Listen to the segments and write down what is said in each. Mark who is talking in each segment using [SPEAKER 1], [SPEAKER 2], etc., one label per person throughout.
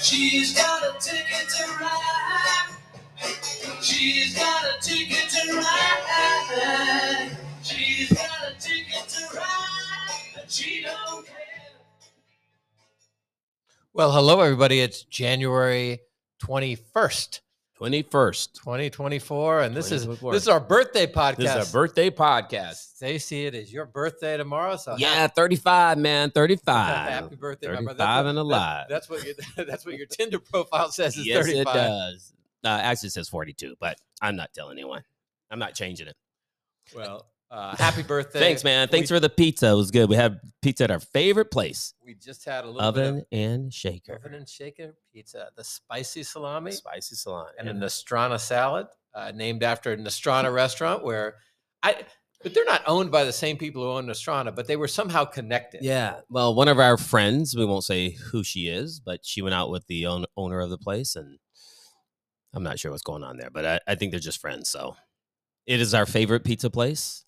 [SPEAKER 1] She's got a ticket to ride. She's got a ticket to ride. She's got a ticket to ride. And she don't care. Well, hello, everybody. It's January 21st,
[SPEAKER 2] 21st.
[SPEAKER 1] 2024. And this is
[SPEAKER 2] 2024.
[SPEAKER 1] this is our birthday
[SPEAKER 2] This is
[SPEAKER 1] podcast.
[SPEAKER 2] our birthday podcast.
[SPEAKER 1] Stacy, it is your birthday tomorrow. So
[SPEAKER 2] Yeah, 35, man.
[SPEAKER 1] Uh, Happy
[SPEAKER 2] 35.
[SPEAKER 1] birthday, my brother.
[SPEAKER 2] 35 and
[SPEAKER 1] what-
[SPEAKER 2] alive.
[SPEAKER 1] That's, that's what your, that's what your Tinder profile says is
[SPEAKER 2] yes,
[SPEAKER 1] 35.
[SPEAKER 2] it does. Uh, actually, it says 42, but I'm not telling anyone. I'm not changing it.
[SPEAKER 1] Well, uh, happy birthday.
[SPEAKER 2] Thanks, man. Thanks
[SPEAKER 1] we,
[SPEAKER 2] for the pizza. It was good. We have pizza at our favorite place,
[SPEAKER 1] We just had a little
[SPEAKER 2] Oven and
[SPEAKER 1] bit of
[SPEAKER 2] Shaker.
[SPEAKER 1] oven and shaker pizza, the spicy salami,
[SPEAKER 2] Spicy salon.
[SPEAKER 1] and a Nostrana salad, uh, named after a Nostrana restaurant where I. But they're not owned by the same people who own Nostrana, but they were somehow connected.
[SPEAKER 2] Yeah. Well, one of our friends, we won't say who she is, but she went out with the own, owner of the place, and I'm not sure what's going on there, but I, I think they're just friends. So it is our favorite pizza place.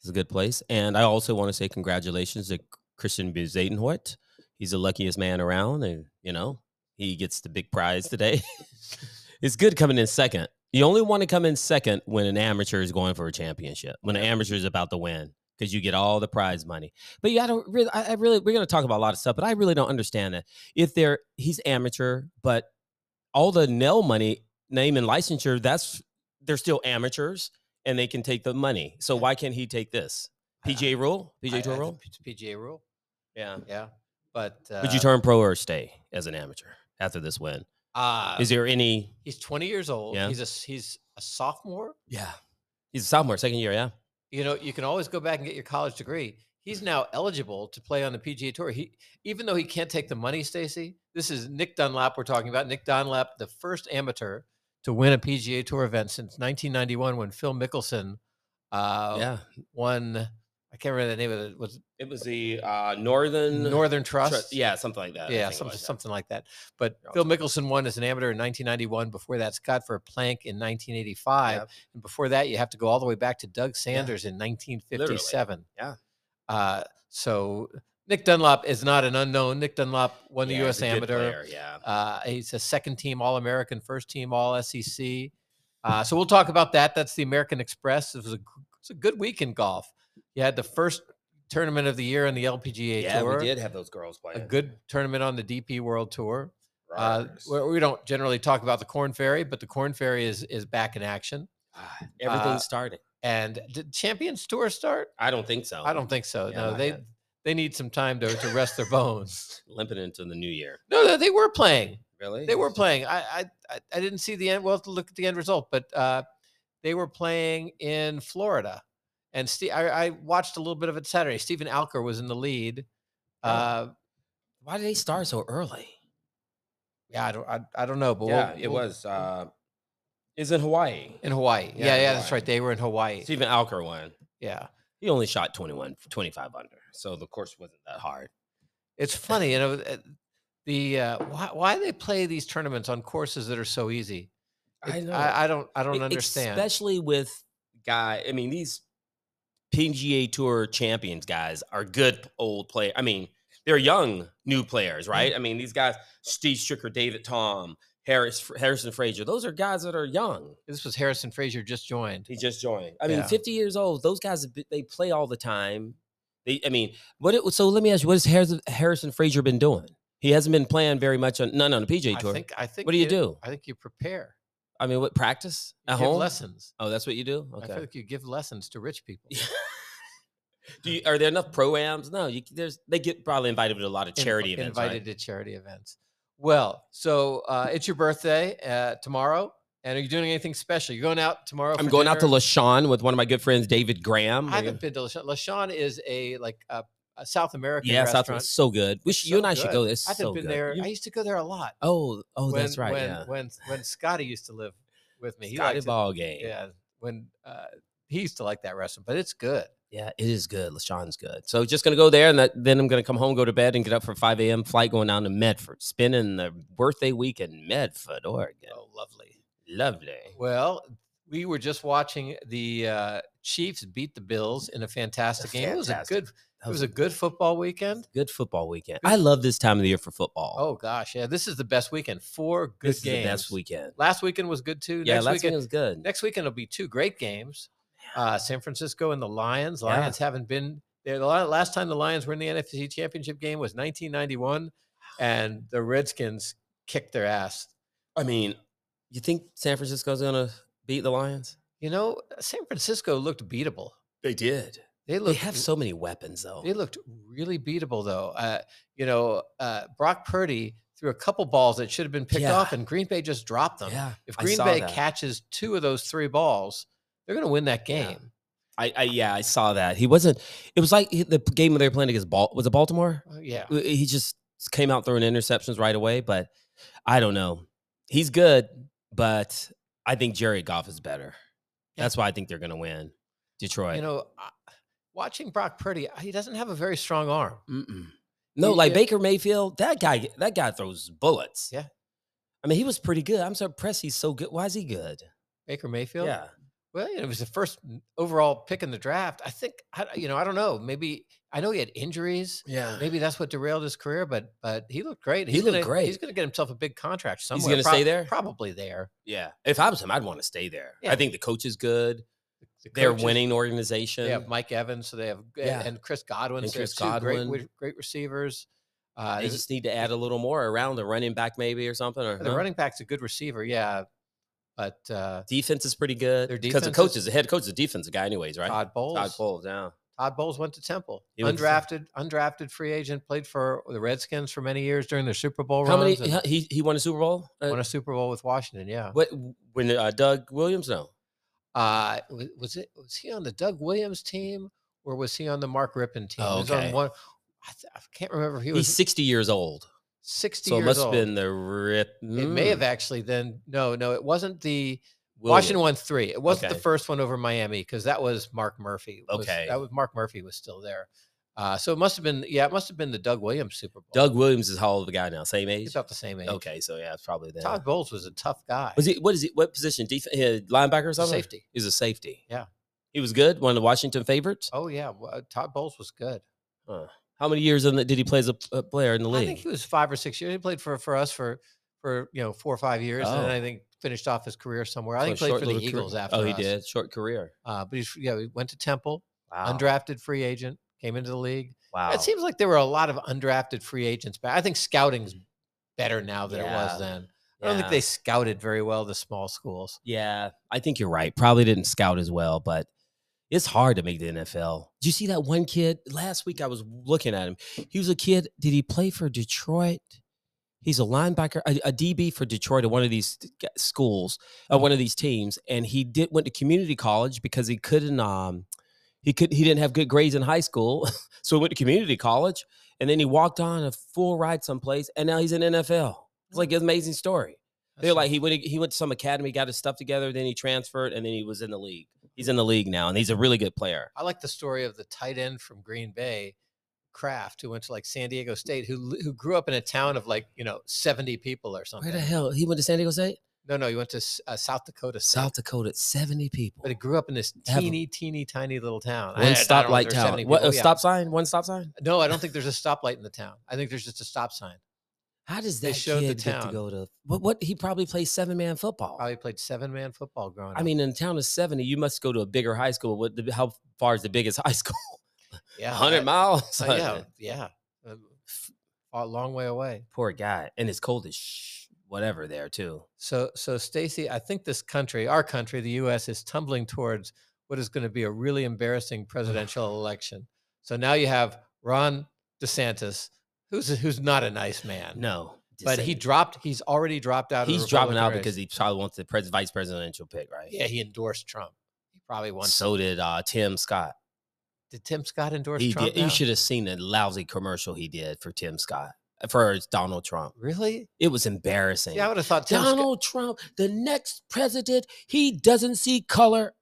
[SPEAKER 2] It's a good place. And I also want to say congratulations to Christian Buzadenhoit. He's the luckiest man around, and, you know, he gets the big prize today. it's good coming in second. You only want to come in second when an amateur is going for a championship, when an amateur is about to win, because you get all the prize money. But yeah, I don't really. I, I really. We're gonna talk about a lot of stuff, but I really don't understand it. If they're he's amateur, but all the nail money, name and licensure, that's they're still amateurs and they can take the money. So why can't he take this
[SPEAKER 1] I- I-
[SPEAKER 2] PGA rule?
[SPEAKER 1] I-
[SPEAKER 2] PGA tour
[SPEAKER 1] I-
[SPEAKER 2] rule?
[SPEAKER 1] it's PGA rule.
[SPEAKER 2] Yeah.
[SPEAKER 1] Yeah. But uh,
[SPEAKER 2] Would you turn pro or stay as an amateur after this win?
[SPEAKER 1] Uh,
[SPEAKER 2] Is there any?
[SPEAKER 1] he's 20 years old.
[SPEAKER 2] Yeah.
[SPEAKER 1] He's a s- he's a sophomore.
[SPEAKER 2] Yeah. He's a sophomore, second year. Yeah.
[SPEAKER 1] you know you can always go back and get your college degree he's now eligible to play on the pga tour he even though he can't take the money stacy this is nick dunlap we're talking about nick dunlap the first amateur to win a pga tour event since 1991 when phil mickelson uh,
[SPEAKER 2] yeah.
[SPEAKER 1] won i can't remember the name of it was
[SPEAKER 2] Oh, It was the uh, Northern
[SPEAKER 1] northern trust
[SPEAKER 2] Trust- Yeah, something uh, like that. I
[SPEAKER 1] yeah
[SPEAKER 2] think it
[SPEAKER 1] something,
[SPEAKER 2] was, yeah.
[SPEAKER 1] something like that but
[SPEAKER 2] You're
[SPEAKER 1] phil
[SPEAKER 2] also-
[SPEAKER 1] mickelson won as an amateur in 1991 before that scott for plank in 1985
[SPEAKER 2] Yep.
[SPEAKER 1] and before that you have to go all the way back to doug sanders in 1957
[SPEAKER 2] Yeah.
[SPEAKER 1] uh, so nick dunlop is not an unknown nick dunlop won the
[SPEAKER 2] Yeah,
[SPEAKER 1] u.s
[SPEAKER 2] he's a good
[SPEAKER 1] amateur
[SPEAKER 2] player, yeah.
[SPEAKER 1] uh, he's a second team all-american first team all sec uh, so we'll talk about that that's the american express it was a, g- it's a good week in golf you had the first tournament of the year on the lpga
[SPEAKER 2] Yeah,
[SPEAKER 1] tour
[SPEAKER 2] we did have those girls
[SPEAKER 1] a
[SPEAKER 2] playing.
[SPEAKER 1] good tournament on the DP World Tour. Uh,
[SPEAKER 2] Riders.
[SPEAKER 1] where we don't generally talk about the Corn Ferry, but the Corn Ferry is is back in action.
[SPEAKER 2] Ah, Everything
[SPEAKER 1] uh,
[SPEAKER 2] started.
[SPEAKER 1] And did Champions Tour start?
[SPEAKER 2] I don't think so.
[SPEAKER 1] I don't think so.
[SPEAKER 2] Yeah,
[SPEAKER 1] no,
[SPEAKER 2] not
[SPEAKER 1] they
[SPEAKER 2] yet.
[SPEAKER 1] they need some time to to rest their bones.
[SPEAKER 2] limping into the new year.
[SPEAKER 1] No, no, they were playing.
[SPEAKER 2] Really?
[SPEAKER 1] They were playing. I I I I didn't see the end. We'll have to look at the end result, but uh, they were playing in Florida. And Steve, I, I watched a little bit of it Saturday. Stephen Alker was in the lead.
[SPEAKER 2] Oh.
[SPEAKER 1] Uh,
[SPEAKER 2] Why did they start so early?
[SPEAKER 1] yeah, I don't, I, I don't know, but we'll-
[SPEAKER 2] yeah, it
[SPEAKER 1] we'll-
[SPEAKER 2] was. Uh, is in Hawaii.
[SPEAKER 1] In Hawaii. Yeah,
[SPEAKER 2] Yeah,
[SPEAKER 1] yeah,
[SPEAKER 2] in
[SPEAKER 1] that's
[SPEAKER 2] Hawaii.
[SPEAKER 1] right. They were in Hawaii.
[SPEAKER 2] Stephen Alker won.
[SPEAKER 1] Yeah.
[SPEAKER 2] He only shot 21, 25 under. So the course wasn't that hard.
[SPEAKER 1] It's funny, you know, uh, the uh, why why they play these tournaments on courses that are so easy. It- I, I don't I don't
[SPEAKER 2] E-
[SPEAKER 1] understand.
[SPEAKER 2] Especially with guy. I mean, these PGA Tour champions guys are good old player. I mean, they're young new
[SPEAKER 1] Mm-hmm.
[SPEAKER 2] players, right? I mean, these guys, Steve Stricker, David Tom, Harris, Harrison Frazier. Those are guys that are young.
[SPEAKER 1] this was Harrison Frazier just joined.
[SPEAKER 2] He just joined. I mean,
[SPEAKER 1] Yeah.
[SPEAKER 2] 50 years old. Those guys, have been- they play all the time. They, I mean, what? It, so let me ask you, what has Harrison, Harrison Frazier been doing? He hasn't been playing very much on none on the PJ
[SPEAKER 1] I
[SPEAKER 2] tour.
[SPEAKER 1] think I think
[SPEAKER 2] what do you, do?
[SPEAKER 1] I think you prepare.
[SPEAKER 2] I mean, what practice
[SPEAKER 1] You
[SPEAKER 2] at
[SPEAKER 1] give
[SPEAKER 2] home?
[SPEAKER 1] lessons.
[SPEAKER 2] Oh, that's what you do.
[SPEAKER 1] I feel
[SPEAKER 2] Okay.
[SPEAKER 1] like you give lessons to rich people.
[SPEAKER 2] do you, are there enough proams? No, you, there's they get probably invited to a lot of
[SPEAKER 1] Inv-
[SPEAKER 2] charity events.
[SPEAKER 1] Invited
[SPEAKER 2] Right?
[SPEAKER 1] to charity events. Well, so uh, it's your birthday uh, tomorrow. And are you doing anything special? You're going out tomorrow.
[SPEAKER 2] I'm
[SPEAKER 1] for
[SPEAKER 2] going out to
[SPEAKER 1] dinner?
[SPEAKER 2] LaShawn with one of my good friends, David Graham.
[SPEAKER 1] I
[SPEAKER 2] We're
[SPEAKER 1] haven't been to LaShawn. LaShawn is a like a, a South American
[SPEAKER 2] Yeah, South
[SPEAKER 1] restaurant.
[SPEAKER 2] It's so good. We
[SPEAKER 1] It's
[SPEAKER 2] should, you
[SPEAKER 1] so
[SPEAKER 2] and I should
[SPEAKER 1] good.
[SPEAKER 2] go. It's
[SPEAKER 1] I haven't
[SPEAKER 2] so
[SPEAKER 1] been
[SPEAKER 2] good.
[SPEAKER 1] there.
[SPEAKER 2] You-
[SPEAKER 1] I used to go there a lot.
[SPEAKER 2] oh, oh, that's right.
[SPEAKER 1] When
[SPEAKER 2] yeah.
[SPEAKER 1] when when Scotty used to live with me, he
[SPEAKER 2] Scotty
[SPEAKER 1] liked it.
[SPEAKER 2] ball game.
[SPEAKER 1] Yeah, when uh, he used to like that restaurant, but it's good.
[SPEAKER 2] Yeah, it is good. LaShawn's good. So just gonna go there, and that, then I'm gonna come home, go to bed, and get up for 5 a.m. flight going down to Medford, spending the birthday week in Medford, Oregon.
[SPEAKER 1] Oh, lovely.
[SPEAKER 2] Lovely.
[SPEAKER 1] Well, we were just watching the uh, Chiefs beat the Bills in a fantastic game. It was a
[SPEAKER 2] Fantastic.
[SPEAKER 1] good. It was a good football weekend.
[SPEAKER 2] good football weekend. I love this time of the year for football.
[SPEAKER 1] Oh gosh, yeah, this is the best weekend. Four good
[SPEAKER 2] this
[SPEAKER 1] games.
[SPEAKER 2] is the best weekend.
[SPEAKER 1] Last weekend was good too.
[SPEAKER 2] Yeah,
[SPEAKER 1] next
[SPEAKER 2] last
[SPEAKER 1] weekend,
[SPEAKER 2] weekend was good.
[SPEAKER 1] next weekend will be two great games. Uh, San Francisco and the Lions.
[SPEAKER 2] Yeah.
[SPEAKER 1] Lions haven't been there. The la- last time the Lions were in the NFC Championship game was 1991, and the Redskins kicked their ass.
[SPEAKER 2] I mean, you think San Francisco's gonna beat the Lions?
[SPEAKER 1] You know, San Francisco looked beatable.
[SPEAKER 2] They did.
[SPEAKER 1] They
[SPEAKER 2] They
[SPEAKER 1] looked
[SPEAKER 2] have so many weapons though.
[SPEAKER 1] They looked really beatable, though. Uh, you know, uh, Brock Purdy threw a couple balls that should have been picked
[SPEAKER 2] Yeah.
[SPEAKER 1] off, and Green Bay just dropped them.
[SPEAKER 2] yeah.
[SPEAKER 1] If
[SPEAKER 2] I
[SPEAKER 1] Green
[SPEAKER 2] saw
[SPEAKER 1] Bay
[SPEAKER 2] that.
[SPEAKER 1] catches two of those three balls, they're going to win that
[SPEAKER 2] Yeah.
[SPEAKER 1] game.
[SPEAKER 2] I, I yeah, I saw that. He wasn't. It was like he- the game they were playing against Bal was it Baltimore?
[SPEAKER 1] Oh, Yeah.
[SPEAKER 2] Uh, He just came out throwing interceptions right away. But I don't know. He's good, but I think Jerry Goff is better.
[SPEAKER 1] Yeah.
[SPEAKER 2] That's why I think they're gonna win. Detroit.
[SPEAKER 1] You know, I- watching Brock Purdy, uh, he doesn't have a very strong arm.
[SPEAKER 2] Mm-mm. No,
[SPEAKER 1] He-
[SPEAKER 2] like
[SPEAKER 1] yeah.
[SPEAKER 2] Baker Mayfield, that guy, that guy throws bullets.
[SPEAKER 1] Yeah.
[SPEAKER 2] I mean, he was pretty good. I'm so impressed he's so good. Why is he good?
[SPEAKER 1] Baker Mayfield.
[SPEAKER 2] Yeah.
[SPEAKER 1] Well, it was the first n- overall pick in the draft. I think, I- you know, I don't know. Maybe I know he had injuries.
[SPEAKER 2] Yeah.
[SPEAKER 1] Maybe that's what derailed his career, but but he looked great.
[SPEAKER 2] He
[SPEAKER 1] He's
[SPEAKER 2] looked
[SPEAKER 1] gonna-
[SPEAKER 2] great.
[SPEAKER 1] He's going to get himself a big contract somewhere.
[SPEAKER 2] gonna stay there?
[SPEAKER 1] Probably there.
[SPEAKER 2] Yeah. If I was him, I'd want to stay there.
[SPEAKER 1] Yeah.
[SPEAKER 2] I think the coach is good.
[SPEAKER 1] The
[SPEAKER 2] They're
[SPEAKER 1] coaches-
[SPEAKER 2] winning organization.
[SPEAKER 1] They have Mike Evans, so they have and-
[SPEAKER 2] Yeah.
[SPEAKER 1] and Chris Godwin.
[SPEAKER 2] And
[SPEAKER 1] so they have
[SPEAKER 2] Chris
[SPEAKER 1] two great
[SPEAKER 2] Godwin.
[SPEAKER 1] wi- great receivers. Uh,
[SPEAKER 2] they
[SPEAKER 1] there's-
[SPEAKER 2] just need to add a little more around the running back, maybe, or something. Or
[SPEAKER 1] the
[SPEAKER 2] huh?
[SPEAKER 1] running back's a good receiver, yeah, but uh,
[SPEAKER 2] defense is pretty good.
[SPEAKER 1] Their
[SPEAKER 2] Because the
[SPEAKER 1] defense
[SPEAKER 2] coach
[SPEAKER 1] is-
[SPEAKER 2] is the head coach, is a defense guy, anyways, right?
[SPEAKER 1] Todd Bowles.
[SPEAKER 2] Todd Bowles, yeah.
[SPEAKER 1] Todd Bowles went to Temple,
[SPEAKER 2] He went to
[SPEAKER 1] undrafted, undrafted free agent, played for the Redskins for many years during their Super Bowl
[SPEAKER 2] How many?
[SPEAKER 1] runs. and
[SPEAKER 2] He, he- he won a Super Bowl? Uh,
[SPEAKER 1] won a Super Bowl with Washington, yeah.
[SPEAKER 2] what, when uh, Doug Williams? No.
[SPEAKER 1] Uh, was, was it was he on the Doug Williams team or was he on the Mark Rippon team?
[SPEAKER 2] Oh,
[SPEAKER 1] He was on
[SPEAKER 2] okay.
[SPEAKER 1] one. I, th- I can't remember. If he
[SPEAKER 2] He's
[SPEAKER 1] was
[SPEAKER 2] 60 years old.
[SPEAKER 1] sixty
[SPEAKER 2] So it
[SPEAKER 1] years
[SPEAKER 2] must have
[SPEAKER 1] old.
[SPEAKER 2] been the rip. mm,
[SPEAKER 1] It may have actually then. No, no, it wasn't the Washington
[SPEAKER 2] Williams.
[SPEAKER 1] won three. It wasn't
[SPEAKER 2] Okay.
[SPEAKER 1] the first one over Miami because that was Mark Murphy. was-
[SPEAKER 2] Okay.
[SPEAKER 1] that was Mark Murphy was still there. Uh, so it must have been yeah, it must have been the Doug Williams Super Bowl.
[SPEAKER 2] Doug Williams is how old of a guy now? Same
[SPEAKER 1] he's
[SPEAKER 2] age.
[SPEAKER 1] about the same age.
[SPEAKER 2] Okay, so yeah, it's probably that.
[SPEAKER 1] Todd Bowles was a tough guy.
[SPEAKER 2] Was he? What is he? What position? Def- uh, linebacker or something?
[SPEAKER 1] safety?
[SPEAKER 2] He's a safety.
[SPEAKER 1] Yeah.
[SPEAKER 2] He was good. One of the Washington favorites.
[SPEAKER 1] Oh yeah, well, Todd Bowles was good.
[SPEAKER 2] Huh. How many years in the, did he play as a, a player in the
[SPEAKER 1] I
[SPEAKER 2] league?
[SPEAKER 1] think he was five or six years. He played for for us for for you know four or five years, and then
[SPEAKER 2] Oh.
[SPEAKER 1] I think finished off his career somewhere. I
[SPEAKER 2] So
[SPEAKER 1] think
[SPEAKER 2] a
[SPEAKER 1] he played
[SPEAKER 2] short
[SPEAKER 1] for the
[SPEAKER 2] little career-
[SPEAKER 1] Eagles after.
[SPEAKER 2] Oh, he
[SPEAKER 1] us.
[SPEAKER 2] did. Short career.
[SPEAKER 1] Uh, but he's yeah, he went to Temple,
[SPEAKER 2] Wow.
[SPEAKER 1] undrafted free agent, came into the league.
[SPEAKER 2] wow.
[SPEAKER 1] It seems like there were a lot of undrafted free agents back. I think scouting's better now than it was
[SPEAKER 2] Yeah.
[SPEAKER 1] then. I don't think
[SPEAKER 2] Yeah.
[SPEAKER 1] they scouted very well the small schools.
[SPEAKER 2] Yeah, I think you're right. Probably didn't scout as well, but it's hard to make the NFL. Did you see that one kid last week? I was looking at him. He was a kid. Did he play for Detroit? He's a linebacker, a, a DB for Detroit at one of these t- g- schools, uh, one of these teams, and he did went to community college because he couldn't. Um, he could he didn't have good grades in high school, so he went to community college, and then he walked on a full ride someplace, and now he's in NFL. It's like an amazing story. They're like he went he went to some academy, got his stuff together, then he transferred, and then he was in the league. He's in the league now, and he's a really good player.
[SPEAKER 1] I like the story of the tight end from Green Bay, Kraft, who went to like San Diego
[SPEAKER 2] Mm.
[SPEAKER 1] State, who li- who grew up in a town of like you know seventy people or something.
[SPEAKER 2] Where the hell he went to San Diego State,
[SPEAKER 1] No, no, he went to S- uh, South Dakota. State.
[SPEAKER 2] South Dakota, seventy people,
[SPEAKER 1] but he grew up in this
[SPEAKER 2] Have a-
[SPEAKER 1] teeny, teeny, tiny little town. I- I
[SPEAKER 2] one
[SPEAKER 1] don't know if
[SPEAKER 2] stoplight
[SPEAKER 1] there's
[SPEAKER 2] town,
[SPEAKER 1] 70
[SPEAKER 2] what
[SPEAKER 1] people. Oh,
[SPEAKER 2] a
[SPEAKER 1] Yeah.
[SPEAKER 2] stop sign, one stop sign.
[SPEAKER 1] No, I don't think there's a stoplight in the town. I think there's just a stop sign.
[SPEAKER 2] How does
[SPEAKER 1] They
[SPEAKER 2] that
[SPEAKER 1] showed the
[SPEAKER 2] kid get
[SPEAKER 1] town. Oh,
[SPEAKER 2] to go to what? What he probably plays seven man football.
[SPEAKER 1] Probably played seven man football growing up.
[SPEAKER 2] I mean, in a town of seventy, you must go to a bigger high school. What? the- How far is the biggest high school?
[SPEAKER 1] yeah,
[SPEAKER 2] Hundred
[SPEAKER 1] I-
[SPEAKER 2] miles.
[SPEAKER 1] I know, yeah, yeah, a long way away.
[SPEAKER 2] Poor guy, and it's cold as sh- whatever there too.
[SPEAKER 1] So, so Stacy, I think this country, our country, the U.S., is tumbling towards what is going to be a really embarrassing presidential election. So now you have Ron DeSantis, who's who's not a nice man,
[SPEAKER 2] No,
[SPEAKER 1] but he
[SPEAKER 2] Descent.
[SPEAKER 1] dropped. He's already dropped out. of the
[SPEAKER 2] He's dropping
[SPEAKER 1] Republican
[SPEAKER 2] out
[SPEAKER 1] race.
[SPEAKER 2] because he probably wants the pres- vice presidential pick, right?
[SPEAKER 1] yeah, he endorsed Trump. He probably won.
[SPEAKER 2] So did uh, Tim Scott.
[SPEAKER 1] did Tim Scott endorse
[SPEAKER 2] He
[SPEAKER 1] Trump?
[SPEAKER 2] did, you
[SPEAKER 1] now?
[SPEAKER 2] should have seen the lousy commercial he did for Tim Scott for Donald Trump.
[SPEAKER 1] really.
[SPEAKER 2] It was embarrassing.
[SPEAKER 1] Yeah, I would have thought Tim Scott.
[SPEAKER 2] Donald Trump, the next president, he doesn't see color.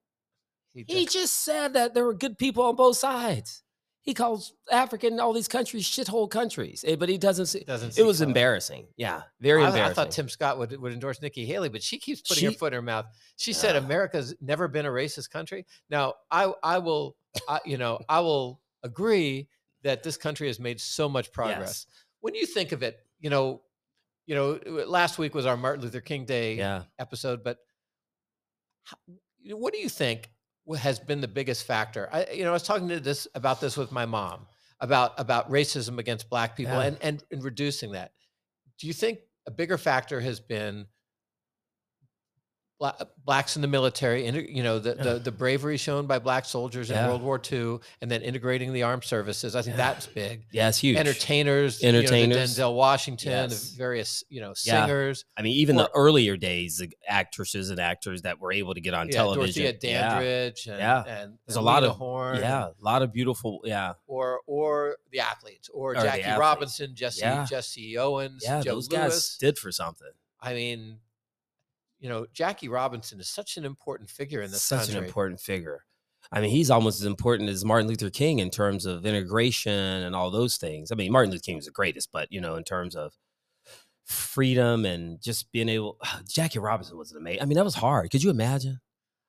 [SPEAKER 1] he did-
[SPEAKER 2] He just said that there were good people on both sides. He calls Africa and all these countries shithole countries, eh, but he doesn't see.
[SPEAKER 1] doesn't. see
[SPEAKER 2] It was
[SPEAKER 1] color.
[SPEAKER 2] embarrassing. Yeah, very
[SPEAKER 1] I, I
[SPEAKER 2] embarrassing.
[SPEAKER 1] thought Tim Scott would, would endorse Nikki Haley, but she keeps putting her
[SPEAKER 2] She-
[SPEAKER 1] foot in her mouth. She said
[SPEAKER 2] Ah.
[SPEAKER 1] America's never been a racist country. Now, I I will, I, you know, I will agree that this country has made so much progress. When you think of it, you know, you know, last week was our Martin Luther King Day
[SPEAKER 2] Yeah.
[SPEAKER 1] episode, but how, what do you think wa- has been the biggest factor? I, you know, I was talking to this about this with my mom about about racism against black people
[SPEAKER 2] Yeah.
[SPEAKER 1] and, and and reducing that. Do you think a bigger factor has been bla- uh, blacks in the military and you know the,
[SPEAKER 2] Yeah.
[SPEAKER 1] the the bravery shown by black soldiers in
[SPEAKER 2] Yeah.
[SPEAKER 1] World War II and then integrating the armed services? I think
[SPEAKER 2] Yeah.
[SPEAKER 1] that's big.
[SPEAKER 2] Yeah, it's huge.
[SPEAKER 1] Entertainers, you know, the
[SPEAKER 2] Entertainers.
[SPEAKER 1] Denzel Washington, the
[SPEAKER 2] Yes.
[SPEAKER 1] various you know
[SPEAKER 2] Yeah.
[SPEAKER 1] singers.
[SPEAKER 2] I mean, even
[SPEAKER 1] Or-
[SPEAKER 2] the earlier days, the actresses and actors that were able to get on television.
[SPEAKER 1] Dorothea
[SPEAKER 2] yeah.
[SPEAKER 1] Dandridge and,
[SPEAKER 2] Yeah.
[SPEAKER 1] and
[SPEAKER 2] There's a
[SPEAKER 1] and
[SPEAKER 2] lot
[SPEAKER 1] Lena
[SPEAKER 2] of-
[SPEAKER 1] Horne,
[SPEAKER 2] Yeah, a lot of beautiful. Yeah,
[SPEAKER 1] or or the athletes, or,
[SPEAKER 2] the
[SPEAKER 1] Jackie
[SPEAKER 2] athletes.
[SPEAKER 1] Robinson, Jesse
[SPEAKER 2] Yeah.
[SPEAKER 1] Jesse Owens,
[SPEAKER 2] yeah,
[SPEAKER 1] Joe
[SPEAKER 2] those
[SPEAKER 1] Lewis.
[SPEAKER 2] guys did for something.
[SPEAKER 1] I mean, you know, Jackie Robinson is such an important figure in this
[SPEAKER 2] Such
[SPEAKER 1] country.
[SPEAKER 2] an important figure. I mean, he's almost as important as Martin Luther King in terms of integration and all those things. I mean, Martin Luther King was the greatest, but you know, in terms of freedom and just being able, Jackie Robinson was an amazing. I mean, that was hard. Could you imagine?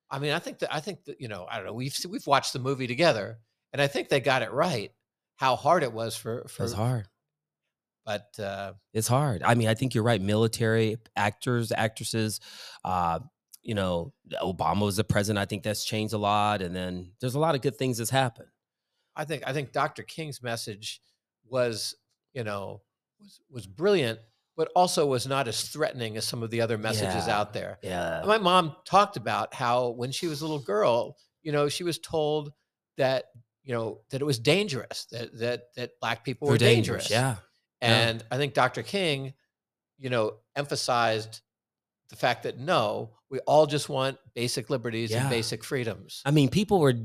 [SPEAKER 1] I mean, I think that I think that you know, I don't know. We've se- we've watched the movie together, and I think they got it right how hard it was for
[SPEAKER 2] It
[SPEAKER 1] for.
[SPEAKER 2] was hard.
[SPEAKER 1] But uh,
[SPEAKER 2] It's hard. I mean, I think you're right. Military actors, actresses, uh, you know, Obama was the president. I think that's changed a lot. And then there's a lot of good things that's happened.
[SPEAKER 1] I think I think Dr. King's message was, you know, was was brilliant, but also was not as threatening as some of the other messages
[SPEAKER 2] Yeah.
[SPEAKER 1] out there.
[SPEAKER 2] Yeah.
[SPEAKER 1] My mom talked about how when she was a little girl, you know, she was told that, you know, that it was dangerous, that that that black people were
[SPEAKER 2] They're
[SPEAKER 1] dangerous.
[SPEAKER 2] Yeah. yeah.
[SPEAKER 1] And I think Dr. King, you know, emphasized the fact that no, we all just want basic liberties and
[SPEAKER 2] Yeah.
[SPEAKER 1] basic freedoms.
[SPEAKER 2] I mean, people were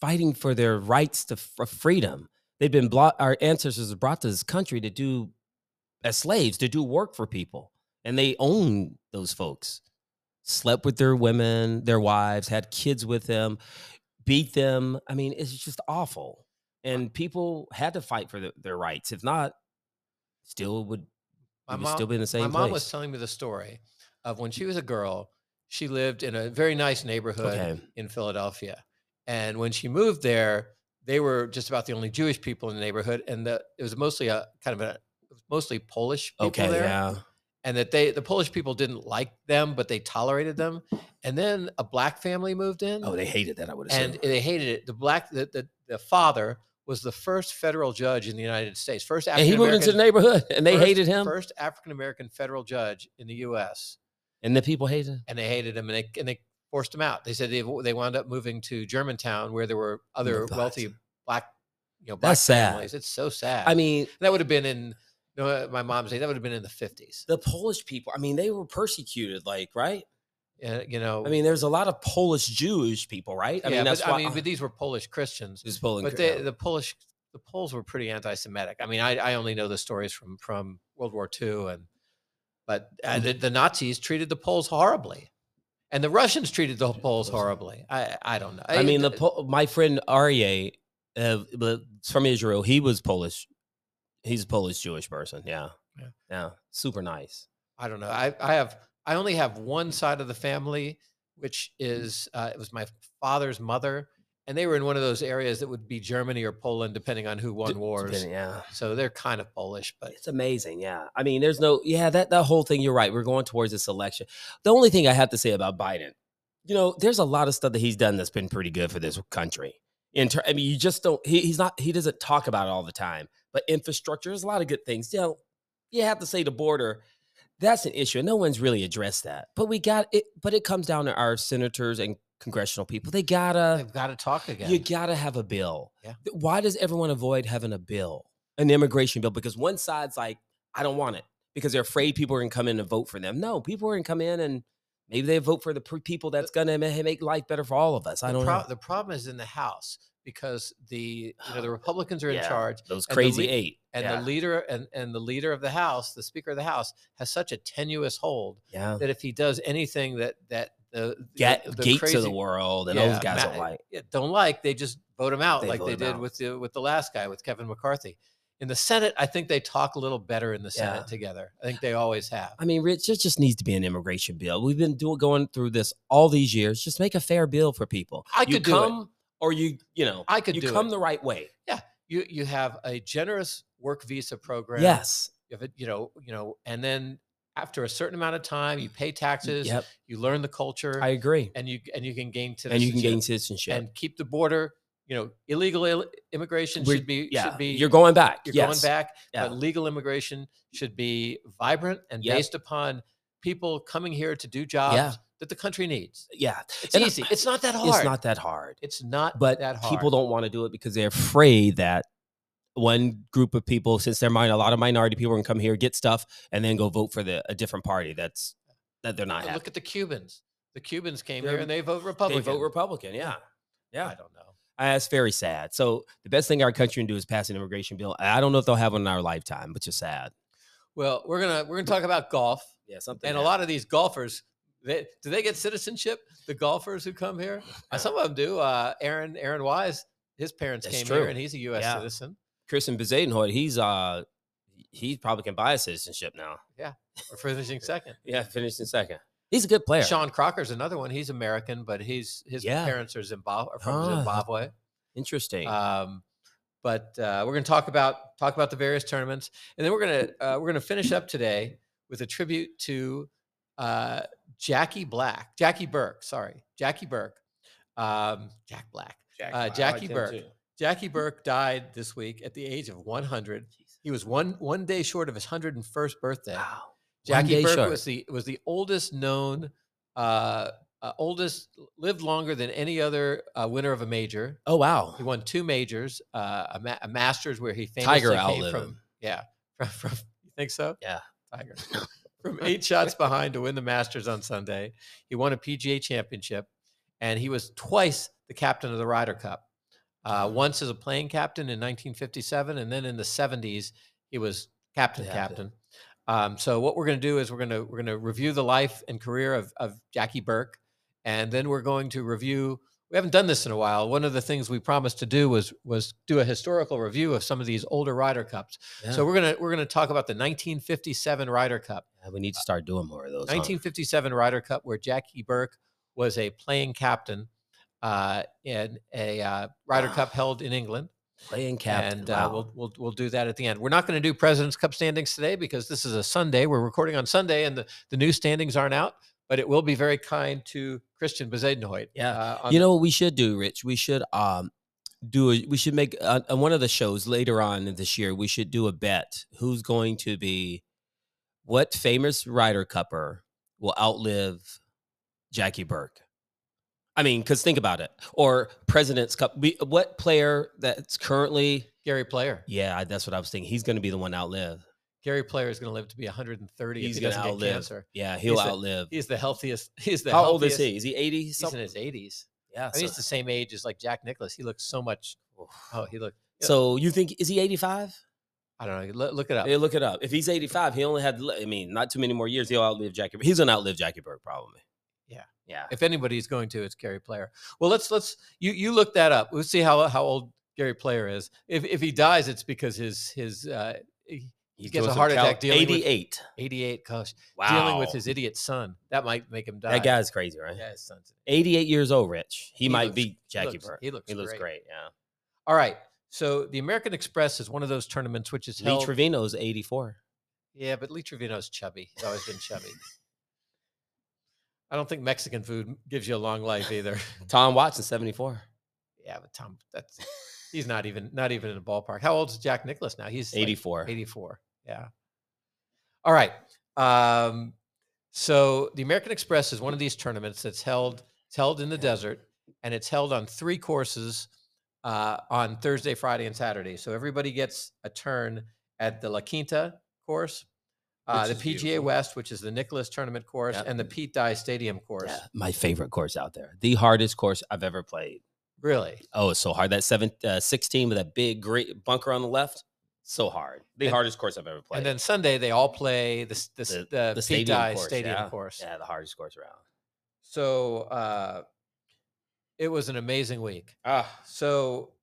[SPEAKER 2] fighting for their rights to f- freedom. They've been blo- our ancestors were brought to this country to do as slaves to do work for people, and they owned those folks. Slept with their women, their wives, had kids with them, beat them. I mean, it's just awful. And people had to fight for the, their rights. If not, still would,
[SPEAKER 1] My
[SPEAKER 2] we would
[SPEAKER 1] mom-
[SPEAKER 2] still be in the same
[SPEAKER 1] my
[SPEAKER 2] place.
[SPEAKER 1] mom was telling me the story of when she was a girl she lived in a very nice neighborhood
[SPEAKER 2] okay.
[SPEAKER 1] in philadelphia and when she moved there they were just about the only jewish people in the neighborhood and the, it was mostly a kind of a it was mostly polish people
[SPEAKER 2] Okay.
[SPEAKER 1] there
[SPEAKER 2] Yeah.
[SPEAKER 1] and that they the polish people didn't like them but they tolerated them and then a black family moved in
[SPEAKER 2] Oh, they hated that. I would assume.
[SPEAKER 1] and they hated it the black the, the, the father was the first federal judge in the united states first
[SPEAKER 2] And he moved into
[SPEAKER 1] African-American-
[SPEAKER 2] the neighborhood, and they
[SPEAKER 1] first-
[SPEAKER 2] hated him,
[SPEAKER 1] First African American federal judge in the U.S.
[SPEAKER 2] and the people hated him.
[SPEAKER 1] and they hated him and they and they forced him out. They said they they wound up moving to Germantown where there were other
[SPEAKER 2] God.
[SPEAKER 1] wealthy black you know black
[SPEAKER 2] That's sad.
[SPEAKER 1] families. It's so sad.
[SPEAKER 2] I mean,
[SPEAKER 1] that would have been in you know, my mom's day. That would have been in the fifties.
[SPEAKER 2] the Polish people, I mean, they were persecuted, like, right?
[SPEAKER 1] Uh, you know,
[SPEAKER 2] I mean, there's a lot of Polish Jewish people, right? I
[SPEAKER 1] yeah,
[SPEAKER 2] mean,
[SPEAKER 1] but,
[SPEAKER 2] that's
[SPEAKER 1] I
[SPEAKER 2] why.
[SPEAKER 1] mean, but these were Polish Christians.
[SPEAKER 2] It's Poland,
[SPEAKER 1] But
[SPEAKER 2] yeah.
[SPEAKER 1] they, the Polish the Poles were pretty anti-Semitic. I mean, I, I only know the stories from from World War II and but uh,
[SPEAKER 2] Mm-hmm.
[SPEAKER 1] the, the Nazis treated the Poles horribly, and the Russians treated the Poles horribly. I I uh, don't know.
[SPEAKER 2] I mean, the
[SPEAKER 1] th-
[SPEAKER 2] po- my friend Aryeh uh, but from Israel, he was Polish. He's a Polish Jewish person. Yeah.
[SPEAKER 1] Yeah.
[SPEAKER 2] Yeah. Super nice.
[SPEAKER 1] I don't know. I I have I only have one side of the family, which
[SPEAKER 2] Mm-hmm.
[SPEAKER 1] is uh, it was my father's mother, and they were in one of those areas that would be Germany or Poland, depending on who won
[SPEAKER 2] D-
[SPEAKER 1] wars.
[SPEAKER 2] depending- Yeah.
[SPEAKER 1] So they're kind of Polish, but
[SPEAKER 2] It's amazing. Yeah. I mean, there's no, yeah, that, that whole thing, you're right. We're going towards this election. The only thing I have to say about Biden, you know, there's a lot of stuff that he's done that's been pretty good for this country. In ter- I mean, you just don't, he, he's not, he doesn't talk about it all the time, but infrastructure, there's a lot of good things. You know, you have to say the border, that's an issue. And no one's really addressed that. But we got it, but it comes down to our senators and congressional people. They gotta,
[SPEAKER 1] they've got to talk again.
[SPEAKER 2] Uh, you gotta have a bill.
[SPEAKER 1] Yeah.
[SPEAKER 2] Th- Why does everyone avoid having a bill, an immigration bill? Because one side's like, I don't want it because they're afraid people are gonna come in and vote for them. No, people are gonna come in and maybe they vote for the pr- people that's gonna ma- make life better for all of us. I
[SPEAKER 1] the,
[SPEAKER 2] don't
[SPEAKER 1] pro-
[SPEAKER 2] know.
[SPEAKER 1] the problem is in the House because the you know the Republicans are in
[SPEAKER 2] Yeah.
[SPEAKER 1] charge,
[SPEAKER 2] Those
[SPEAKER 1] and the
[SPEAKER 2] crazy
[SPEAKER 1] le-
[SPEAKER 2] eight.
[SPEAKER 1] and
[SPEAKER 2] yeah.
[SPEAKER 1] the leader and, and the leader of the House, the Speaker of the House, has such a tenuous hold
[SPEAKER 2] yeah.
[SPEAKER 1] that if he does anything that that the, the-
[SPEAKER 2] Ga- gates of
[SPEAKER 1] crazy-
[SPEAKER 2] the world and
[SPEAKER 1] Yeah,
[SPEAKER 2] those guys
[SPEAKER 1] ma-
[SPEAKER 2] don't like.
[SPEAKER 1] yeah, don't like, they just vote him out
[SPEAKER 2] They
[SPEAKER 1] like
[SPEAKER 2] vote
[SPEAKER 1] they
[SPEAKER 2] him
[SPEAKER 1] did
[SPEAKER 2] out.
[SPEAKER 1] with the with the last guy with Kevin McCarthy. In the Senate, I think they talk a little better in the Senate
[SPEAKER 2] Yeah.
[SPEAKER 1] together. I think they always have.
[SPEAKER 2] I mean, Rich, it just needs to be an immigration bill. We've been doing going through this all these years. Just make a fair bill for people.
[SPEAKER 1] I
[SPEAKER 2] you
[SPEAKER 1] could do it.
[SPEAKER 2] come or you, you know,
[SPEAKER 1] I could
[SPEAKER 2] you
[SPEAKER 1] do
[SPEAKER 2] come
[SPEAKER 1] it.
[SPEAKER 2] the right way.
[SPEAKER 1] You you you have a generous work visa program.
[SPEAKER 2] Yes.
[SPEAKER 1] You have a, you know, you know, and then after a certain amount of time, you pay taxes,
[SPEAKER 2] Yep.
[SPEAKER 1] you learn the culture,
[SPEAKER 2] I agree.
[SPEAKER 1] and you and you can gain citizenship
[SPEAKER 2] And you can gain citizenship.
[SPEAKER 1] and keep the border. You know, illegal il- immigration
[SPEAKER 2] We're-
[SPEAKER 1] should be
[SPEAKER 2] yeah.
[SPEAKER 1] should be
[SPEAKER 2] you're going back.
[SPEAKER 1] you're
[SPEAKER 2] Yes.
[SPEAKER 1] going back.
[SPEAKER 2] Yeah.
[SPEAKER 1] But legal immigration should be vibrant and
[SPEAKER 2] Yep.
[SPEAKER 1] based upon people coming here to do jobs
[SPEAKER 2] Yeah.
[SPEAKER 1] that the country needs.
[SPEAKER 2] Yeah.
[SPEAKER 1] It's
[SPEAKER 2] And I-
[SPEAKER 1] easy. it's not that hard.
[SPEAKER 2] It's not that hard.
[SPEAKER 1] It's not
[SPEAKER 2] but
[SPEAKER 1] that hard.
[SPEAKER 2] people don't want to do it because they're afraid that one group of people, since they're mine, a lot of minority people, can come here, get stuff, and then go vote for the a different party. That's that they're not
[SPEAKER 1] Uh,
[SPEAKER 2] happy.
[SPEAKER 1] Look at the Cubans. The Cubans came
[SPEAKER 2] They're-
[SPEAKER 1] here and they vote
[SPEAKER 2] they
[SPEAKER 1] Republican.
[SPEAKER 2] vote Republican. Yeah, yeah.
[SPEAKER 1] I don't know.
[SPEAKER 2] Uh, That's very sad. So the best thing our country can do is pass an immigration bill. I don't know if they'll have one in our lifetime, which is sad.
[SPEAKER 1] Well, we're gonna we're gonna talk about golf
[SPEAKER 2] Yeah, something.
[SPEAKER 1] and a lot of these golfers. They, do they get citizenship? The golfers who come here, Uh, some of them do. Uh, Aaron Aaron Wise, his parents
[SPEAKER 2] That's
[SPEAKER 1] came
[SPEAKER 2] true.
[SPEAKER 1] here and he's a U.S.
[SPEAKER 2] Yeah.
[SPEAKER 1] citizen.
[SPEAKER 2] Kristen Bezadenhoyd, he's uh, he probably can buy a citizenship now.
[SPEAKER 1] Or finishing second.
[SPEAKER 2] Yeah, finished in second. He's a good player.
[SPEAKER 1] Sean Crocker's another one. He's American, but he's his
[SPEAKER 2] Yeah.
[SPEAKER 1] parents are Zimbabwe are from
[SPEAKER 2] Ah, that's
[SPEAKER 1] Zimbabwe.
[SPEAKER 2] Interesting.
[SPEAKER 1] Um, but uh, we're going to talk about talk about the various tournaments, and then we're going to uh, we're going to finish up today with a tribute to uh, Jackie Black, Jackie Burke. Sorry, Jackie Burke, um, Jack Black. uh, Jackie Burke. Jackie Burke died this week at the age of 100. He was one one day short of his 101st birthday.
[SPEAKER 2] Wow.
[SPEAKER 1] Jackie
[SPEAKER 2] day
[SPEAKER 1] Burke
[SPEAKER 2] short.
[SPEAKER 1] was the was the oldest known, uh, uh, oldest lived longer than any other uh, winner of a major.
[SPEAKER 2] Oh wow.
[SPEAKER 1] He won two majors, uh, a, ma- a Masters where he famously
[SPEAKER 2] Tiger
[SPEAKER 1] came
[SPEAKER 2] outlived
[SPEAKER 1] from,
[SPEAKER 2] him.
[SPEAKER 1] Yeah, from, from you think so?
[SPEAKER 2] Yeah.
[SPEAKER 1] Tiger from eight shots behind to win the Masters on Sunday. He won a PGA Championship, and he was twice the captain of the Ryder Cup. Uh, once as a playing captain in 1957, and then in the 70s he was captain
[SPEAKER 2] Yeah.
[SPEAKER 1] captain. Um, so what we're going to do is we're going to we're going to review the life and career of of Jackie Burke, and then we're going to review. We haven't done this in a while. One of the things we promised to do was was do a historical review of some of these older Ryder Cups. So
[SPEAKER 2] So
[SPEAKER 1] we're gonna we're gonna talk about the 1957 Ryder Cup.
[SPEAKER 2] we need to start doing more of those. huh?
[SPEAKER 1] 1957 Ryder Cup, where Jackie Burke was a playing captain uh, in a uh, Ryder Cup held in England,
[SPEAKER 2] playing captain.
[SPEAKER 1] and uh,
[SPEAKER 2] wow.
[SPEAKER 1] we'll, we'll we'll do that at the end. We're not going to do Presidents Cup standings today because this is a Sunday. We're recording on Sunday, and the, the new standings aren't out. But it will be very kind to Christian Bezadenhoyt.
[SPEAKER 2] Yeah.
[SPEAKER 1] uh, on
[SPEAKER 2] you know what we should do, Rich? We should um do a, we should make uh, on on one of the shows later on in this year. We should do a bet. Who's going to be what famous Ryder Cupper will outlive Jackie Burke? I mean, because think about it. Or President's Cup. We, what player that's currently?
[SPEAKER 1] Gary Player.
[SPEAKER 2] Yeah, I- that's what I was thinking. He's going to be the one to outlive.
[SPEAKER 1] Gary Player is going to live to be 130 if
[SPEAKER 2] He's
[SPEAKER 1] he
[SPEAKER 2] gonna
[SPEAKER 1] doesn't get
[SPEAKER 2] outlive.
[SPEAKER 1] cancer.
[SPEAKER 2] Yeah, he'll
[SPEAKER 1] He's a-
[SPEAKER 2] outlive.
[SPEAKER 1] He's the healthiest. He's the
[SPEAKER 2] How old is
[SPEAKER 1] healthiest-
[SPEAKER 2] he? Is he eighty?
[SPEAKER 1] He's
[SPEAKER 2] something?
[SPEAKER 1] in his 80s.
[SPEAKER 2] Yeah.
[SPEAKER 1] I mean,
[SPEAKER 2] so-
[SPEAKER 1] he's the same age as like Jack Nicholas. He looks so much. Oh, he looked. yeah.
[SPEAKER 2] So you think is he 85?
[SPEAKER 1] I don't know. Look, look it up.
[SPEAKER 2] Yeah, look it up. If he's 85, he only had le- I mean, not too many more years. He'll outlive Jackie. He's gonna outlive Jackie Burke probably.
[SPEAKER 1] Yeah.
[SPEAKER 2] Yeah.
[SPEAKER 1] If anybody's going to, it's Gary Player. Well, let's let's you you look that up. We'll see how how old Gary Player is. If if he dies, it's because his his uh, he-
[SPEAKER 2] He
[SPEAKER 1] gets a
[SPEAKER 2] goes to
[SPEAKER 1] heart
[SPEAKER 2] Cal-
[SPEAKER 1] attack dealing with-
[SPEAKER 2] 88.
[SPEAKER 1] 88 gosh,
[SPEAKER 2] Wow.
[SPEAKER 1] dealing with his idiot son. That might make him die.
[SPEAKER 2] That guy's crazy, right?
[SPEAKER 1] Yeah, his son's.
[SPEAKER 2] 88 years old, Rich. He,
[SPEAKER 1] He
[SPEAKER 2] might
[SPEAKER 1] looks-
[SPEAKER 2] beat Jackie
[SPEAKER 1] looks-
[SPEAKER 2] Burke.
[SPEAKER 1] he looks great.
[SPEAKER 2] great. Yeah.
[SPEAKER 1] All right. So the American Express is one of those tournaments which is held.
[SPEAKER 2] Lee Trevino's 84.
[SPEAKER 1] yeah, but Lee Trevino's chubby. He's always been chubby. I don't think Mexican food gives you a long life either.
[SPEAKER 2] Tom Watson 74.
[SPEAKER 1] Yeah, but Tom, that's he's not even not even in the ballpark. How old is Jack Nicholas now? He's 84.
[SPEAKER 2] 84.
[SPEAKER 1] 84. Yeah. All right. Um, so the American Express is one of these tournaments that's held it's held in the desert, and it's held on three courses uh, on Thursday, Friday, and Saturday. So everybody gets a turn at the La Quinta course, uh,
[SPEAKER 2] Which
[SPEAKER 1] the
[SPEAKER 2] is
[SPEAKER 1] PGA
[SPEAKER 2] beautiful.
[SPEAKER 1] West, which is the Nicholas Tournament course,
[SPEAKER 2] Yep.
[SPEAKER 1] and the Pete Dye Stadium course.
[SPEAKER 2] Yeah, my favorite course out there. The hardest course I've ever played.
[SPEAKER 1] Really,
[SPEAKER 2] Oh, it's so hard. That seven, uh, 16 with that big great bunker on the left. So hard. The
[SPEAKER 1] And-
[SPEAKER 2] hardest course I've ever played.
[SPEAKER 1] and then Sunday they all play the s- the, s- the, Pete Dye Stadium
[SPEAKER 2] yeah.
[SPEAKER 1] course.
[SPEAKER 2] Yeah, the hardest course around.
[SPEAKER 1] So uh, it was an amazing week.
[SPEAKER 2] Ah,
[SPEAKER 1] So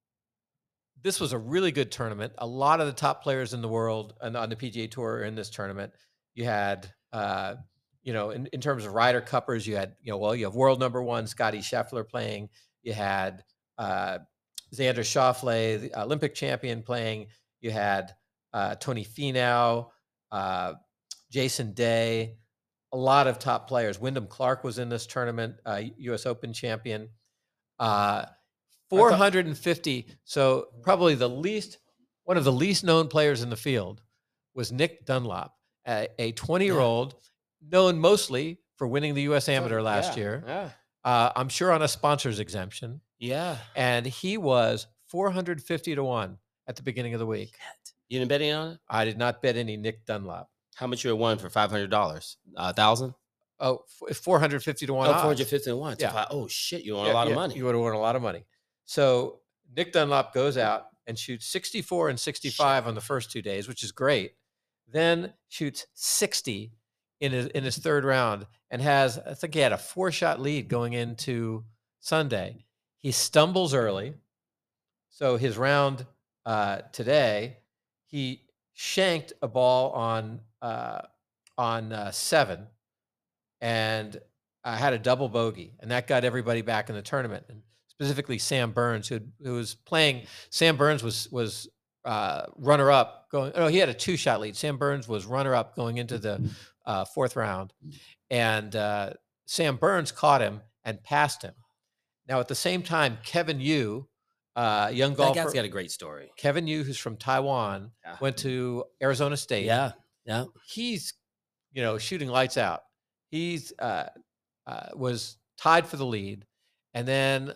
[SPEAKER 1] this was a really good tournament. A lot of the top players in the world and on the PGA Tour are in this tournament. You had, uh, you know, in, in terms of Ryder Cuppers, you had, you know, well, you have world number one Scotty Scheffler playing. You had uh, Xander Schauffele, the Olympic champion, playing. You had uh, Tony Finau, uh, Jason Day, a lot of top players. Wyndham Clark was in this tournament, uh, U.S. Open champion. Uh, 450. so probably the least, one of the least known players in the field was Nick Dunlop, a, a 20 year old known mostly for winning the U.S. Amateur last
[SPEAKER 3] Yeah,
[SPEAKER 1] year.
[SPEAKER 3] Yeah.
[SPEAKER 1] Uh, I'm sure on a sponsor's exemption
[SPEAKER 3] Yeah.
[SPEAKER 1] and he was 450 to 1 at the beginning of the week.
[SPEAKER 2] You didn't bet any on it?
[SPEAKER 1] I did not bet any Nick Dunlop.
[SPEAKER 2] How much you had won for five hundred dollars? Uh, A thousand?
[SPEAKER 1] Oh, f- 450 to 1.
[SPEAKER 2] Oh,
[SPEAKER 1] odds.
[SPEAKER 2] 450 to one. It's a
[SPEAKER 1] Yeah.
[SPEAKER 2] fi- Oh shit, you won
[SPEAKER 1] Yeah,
[SPEAKER 2] a lot
[SPEAKER 1] yeah,
[SPEAKER 2] of money.
[SPEAKER 1] You would have won a lot of money. So Nick Dunlop goes out and shoots 64 and 65 on the first two days, which is great. Then shoots 60 in his, in his third round and has, I think he had a four shot lead going into Sunday. He stumbles early. So his round uh, today, he shanked a ball on uh, on uh, seven and uh, had a double bogey, and that got everybody back in the tournament, and specifically Sam Burns, who who was playing. Sam Burns was was uh, runner up going. Oh, he had a two shot lead. Sam Burns was runner up going into the uh, fourth round, and uh, Sam Burns caught him and passed him. Now at the same time, Kevin Yu, uh, young
[SPEAKER 2] that
[SPEAKER 1] golfer,
[SPEAKER 2] guy's got a great story.
[SPEAKER 1] Kevin Yu, who's from Taiwan,
[SPEAKER 2] Yeah.
[SPEAKER 1] went to Arizona State
[SPEAKER 2] Yeah. Yeah.
[SPEAKER 1] he's you know shooting lights out he's uh, uh was tied for the lead and then